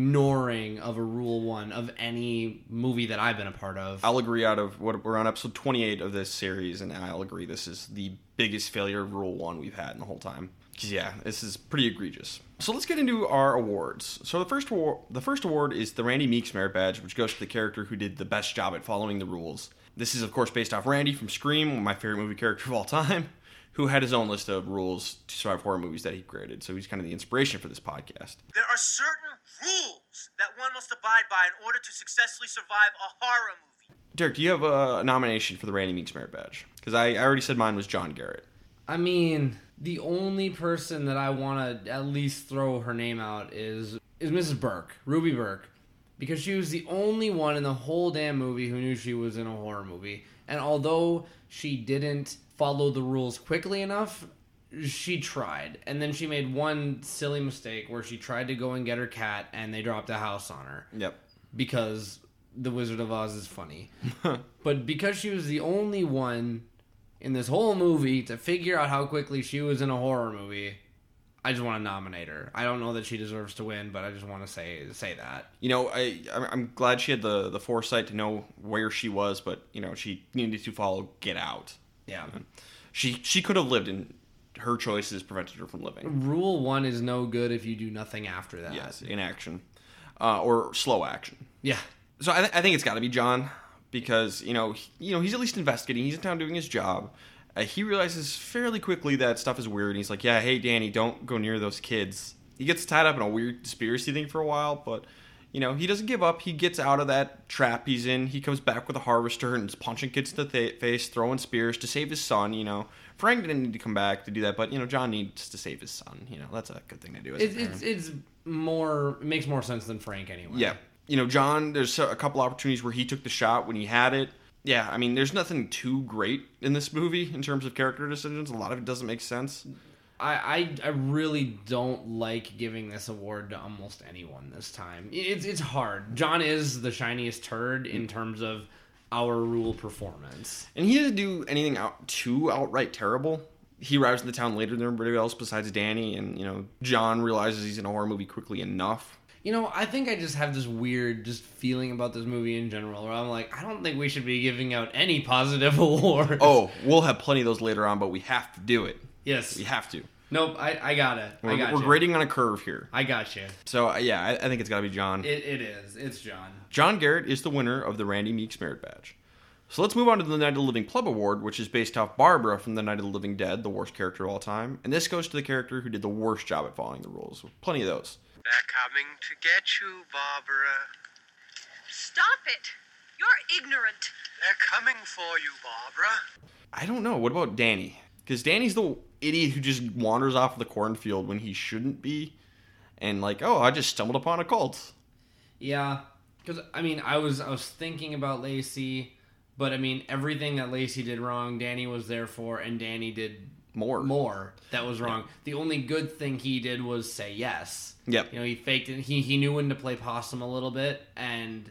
Speaker 2: ignoring of a rule one of any movie that I've been a part of.
Speaker 1: I'll agree out of what we're on episode 28 of this series, and I'll agree this is the biggest failure of Rule 1 we've had in the whole time. Because, yeah, this is pretty egregious. So let's get into our awards. So the first, award, the first award is the Randy Meeks Merit Badge, which goes to the character who did the best job at following the rules. This is, of course, based off Randy from Scream, my favorite movie character of all time, who had his own list of rules to survive horror movies that he created. So he's kind of the inspiration for this podcast.
Speaker 4: There are certain rules that one must abide by in order to successfully survive a horror movie.
Speaker 1: Derek, do you have a nomination for the Randy Meeks Merit Badge? Because I, I already said mine was John Garrett.
Speaker 2: I mean, the only person that I want to at least throw her name out is is Mrs. Burke, Ruby Burke, because she was the only one in the whole damn movie who knew she was in a horror movie. And although she didn't follow the rules quickly enough, she tried. And then she made one silly mistake where she tried to go and get her cat and they dropped a house on her
Speaker 1: Yep.
Speaker 2: because The Wizard of Oz is funny. but because she was the only one in this whole movie to figure out how quickly she was in a horror movie, I just want to nominate her. I don't know that she deserves to win, but I just want to say say that.
Speaker 1: you know, I I'm- I'm glad she had the the foresight to know where she was, but you know, she needed to follow Get Out.
Speaker 2: Yeah.
Speaker 1: She she could have lived, and her choices prevented her from living.
Speaker 2: Rule one is no good if you do nothing after that.
Speaker 1: Yes, inaction, uh, or slow action.
Speaker 2: Yeah.
Speaker 1: So I, th- I think it's got to be John because you know he, you know he's at least investigating. He's in town doing his job. Uh, he realizes fairly quickly that stuff is weird, and he's like, "Yeah, hey Danny, don't go near those kids." He gets tied up in a weird conspiracy thing for a while, but you know he doesn't give up. He gets out of that trap he's in. He comes back with a harvester and is punching kids in the th- face, throwing spears to save his son. You know Frank didn't need to come back to do that, but you know John needs to save his son. You know that's a good thing to do. As a
Speaker 2: It's
Speaker 1: parent.
Speaker 2: it's, it's more it makes more sense than Frank anyway.
Speaker 1: Yeah. You know, John, there's a couple opportunities where he took the shot when he had it. Yeah, I mean, there's nothing too great in this movie in terms of character decisions. A lot of it doesn't make sense.
Speaker 2: I, I I really don't like giving this award to almost anyone this time. It's it's hard. John is the shiniest turd in terms of our rule performance.
Speaker 1: And he doesn't do anything out too outright terrible. He arrives in the town later than everybody else besides Danny, and, you know, John realizes he's in a horror movie quickly enough.
Speaker 2: You know, I think I just have this weird just feeling about this movie in general where I'm like, I don't think we should be giving out any positive awards.
Speaker 1: Oh, we'll have plenty of those later on, but we have to do it.
Speaker 2: yes.
Speaker 1: We have to.
Speaker 2: Nope, I, I got it.
Speaker 1: We're,
Speaker 2: I got
Speaker 1: we're
Speaker 2: you.
Speaker 1: grading on a curve here.
Speaker 2: I got you.
Speaker 1: So, uh, yeah, I, I think it's got to be John.
Speaker 2: It, it is. It's John.
Speaker 1: John Garrett is the winner of the Randy Meeks Merit Badge. So let's move on to the Night of the Living Club Award, which is based off Barbara from The Night of the Living Dead, the worst character of all time. And this goes to the character who did the worst job at following the rules. Plenty of those.
Speaker 3: They're coming to get you, Barbara.
Speaker 5: Stop it! You're ignorant.
Speaker 3: They're coming for you, Barbara.
Speaker 1: I don't know. What about Danny? Because Danny's the idiot who just wanders off the cornfield when he shouldn't be. And like, oh, I just stumbled upon a cult.
Speaker 2: Yeah, because I mean, I was I was thinking about Lacey, but I mean, everything that Lacey did wrong, Danny was there for, and Danny did
Speaker 1: More.
Speaker 2: more that was wrong. The only good thing he did was say yes.
Speaker 1: Yep.
Speaker 2: You know, he faked it. He he knew when to play possum a little bit, and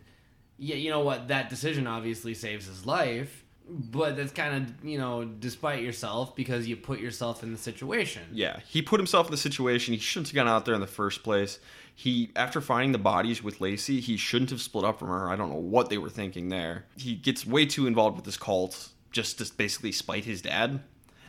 Speaker 2: yeah, you know what? That decision obviously saves his life. But that's kind of you know despite yourself because you put yourself in the situation.
Speaker 1: Yeah, he put himself in the situation. He shouldn't have gone out there in the first place. He, after finding the bodies with Lacey, he shouldn't have split up from her. I don't know what they were thinking there. He gets way too involved with this cult just to basically spite his dad.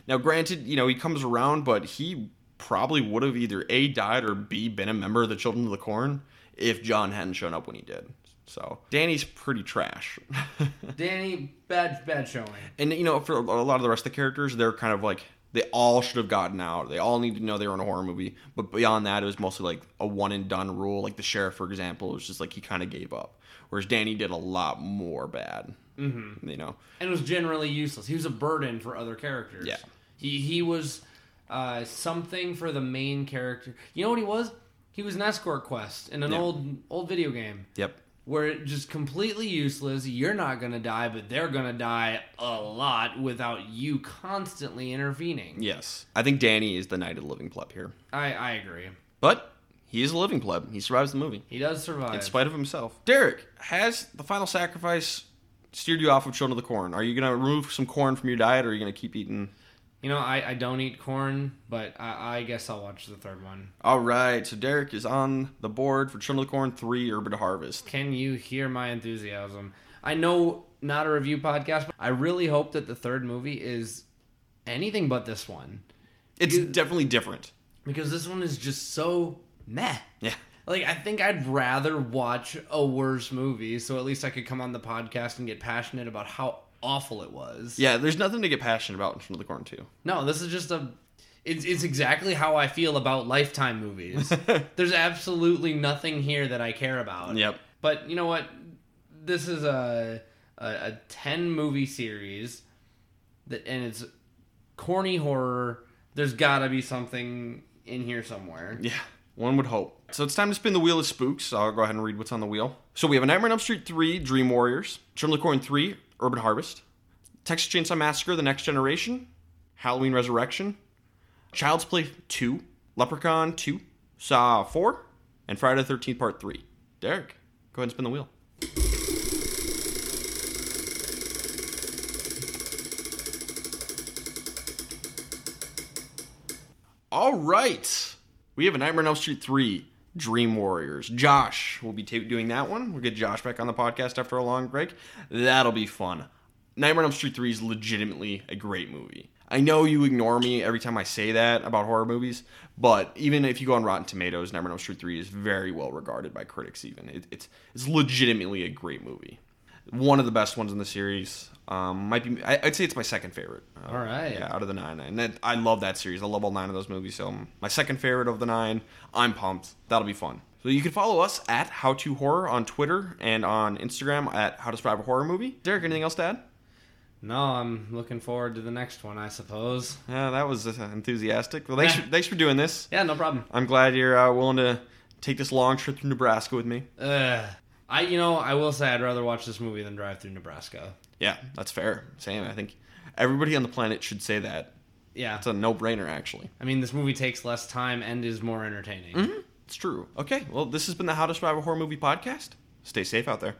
Speaker 1: Now, granted, you know, he comes around, but he probably would have either A, died or B, been a member of the Children of the Corn if John hadn't shown up when he did. So, Danny's pretty trash.
Speaker 2: Danny, bad bad showing.
Speaker 1: and you know for a lot of the rest of the characters they're kind of like they all should have gotten out they all need to know they were in a horror movie but beyond that it was mostly like a one and done rule like the sheriff for example it was just like he kind of gave up whereas danny did a lot more bad mm-hmm. you know
Speaker 2: and was generally useless. He was a burden for other characters.
Speaker 1: Yeah.
Speaker 2: he he was uh, something for the main character. You know what he was? He was an escort quest in an
Speaker 1: Yeah.
Speaker 2: old old video game
Speaker 1: yep
Speaker 2: where it just completely useless. You're not gonna die, but they're gonna die a lot without you constantly intervening.
Speaker 1: yes i think danny is the knight of the living pleb here
Speaker 2: I I agree.
Speaker 1: but he is a living pleb he survives the movie
Speaker 2: He does survive.
Speaker 1: in spite of himself derek has the final sacrifice steered you off of children of the corn are you gonna remove some corn from your diet or are you gonna keep eating
Speaker 2: you know, I, I don't eat corn, but I, I guess I'll watch the third one.
Speaker 1: All right, so Derek is on the board for Children of the Corn 3 Urban Harvest.
Speaker 2: Can you hear my enthusiasm? I know not a review podcast, but I really hope that the third movie is anything but this one
Speaker 1: It's definitely different.
Speaker 2: because this one is just so meh.
Speaker 1: Yeah.
Speaker 2: Like I think I'd rather watch a worse movie so at least I could come on the podcast and get passionate about how awful it was.
Speaker 1: Yeah, there's nothing to get passionate about in Children of the Corn 2.
Speaker 2: No, this is just a it's, it's exactly how I feel about lifetime movies. There's absolutely nothing here that I care about.
Speaker 1: Yep.
Speaker 2: But you know what? This is a a, a ten movie series that and it's corny horror. There's got to be something in here somewhere.
Speaker 1: Yeah. One would hope. So it's time to spin the wheel of spooks. I'll go ahead and read what's on the wheel. So we have a Nightmare on Elm Street 3, Dream Warriors, Tremor Corn 3, Urban Harvest, Texas Chainsaw Massacre, The Next Generation, Halloween Resurrection, Child's Play 2, Leprechaun 2, Saw 4, and Friday the 13th Part 3. Derek, go ahead and spin the wheel. All right. We have a Nightmare on Elm Street 3 Dream Warriors. Josh will be ta- doing that one. We'll get Josh back on the podcast after a long break. That'll be fun. Nightmare on Elm Street 3 is legitimately a great movie. I know you ignore me every time I say that about horror movies, but even if you go on Rotten Tomatoes, Nightmare on Elm Street 3 is very well regarded by critics, even. It, it's, it's legitimately a great movie. One of the best ones in the series. Um, might be, I, I'd say it's my second favorite. Uh,
Speaker 2: All right.
Speaker 1: Yeah, out of the nine. And that, I love that series. I love all nine of those movies. So my second favorite of the nine. I'm pumped. That'll be fun. So you can follow us at How to Horror on Twitter and on Instagram at How to Survive a Horror Movie. Derek, anything else to add?
Speaker 2: No, I'm looking forward to the next one, I suppose.
Speaker 1: Yeah, that was uh, enthusiastic. Well, thanks, for, thanks for doing this.
Speaker 2: Yeah, no problem.
Speaker 1: I'm glad you're uh, willing to take this long trip through Nebraska with me.
Speaker 2: Ugh. I, you know, I will say I'd rather watch this movie than drive through Nebraska.
Speaker 1: Yeah, that's fair. Same. I think everybody on the planet should say that.
Speaker 2: Yeah,
Speaker 1: It's a no-brainer, actually.
Speaker 2: I mean, this movie takes less time and is more entertaining.
Speaker 1: It's true. Okay, well, this has been the How to Survive a Horror Movie podcast. Stay safe out there.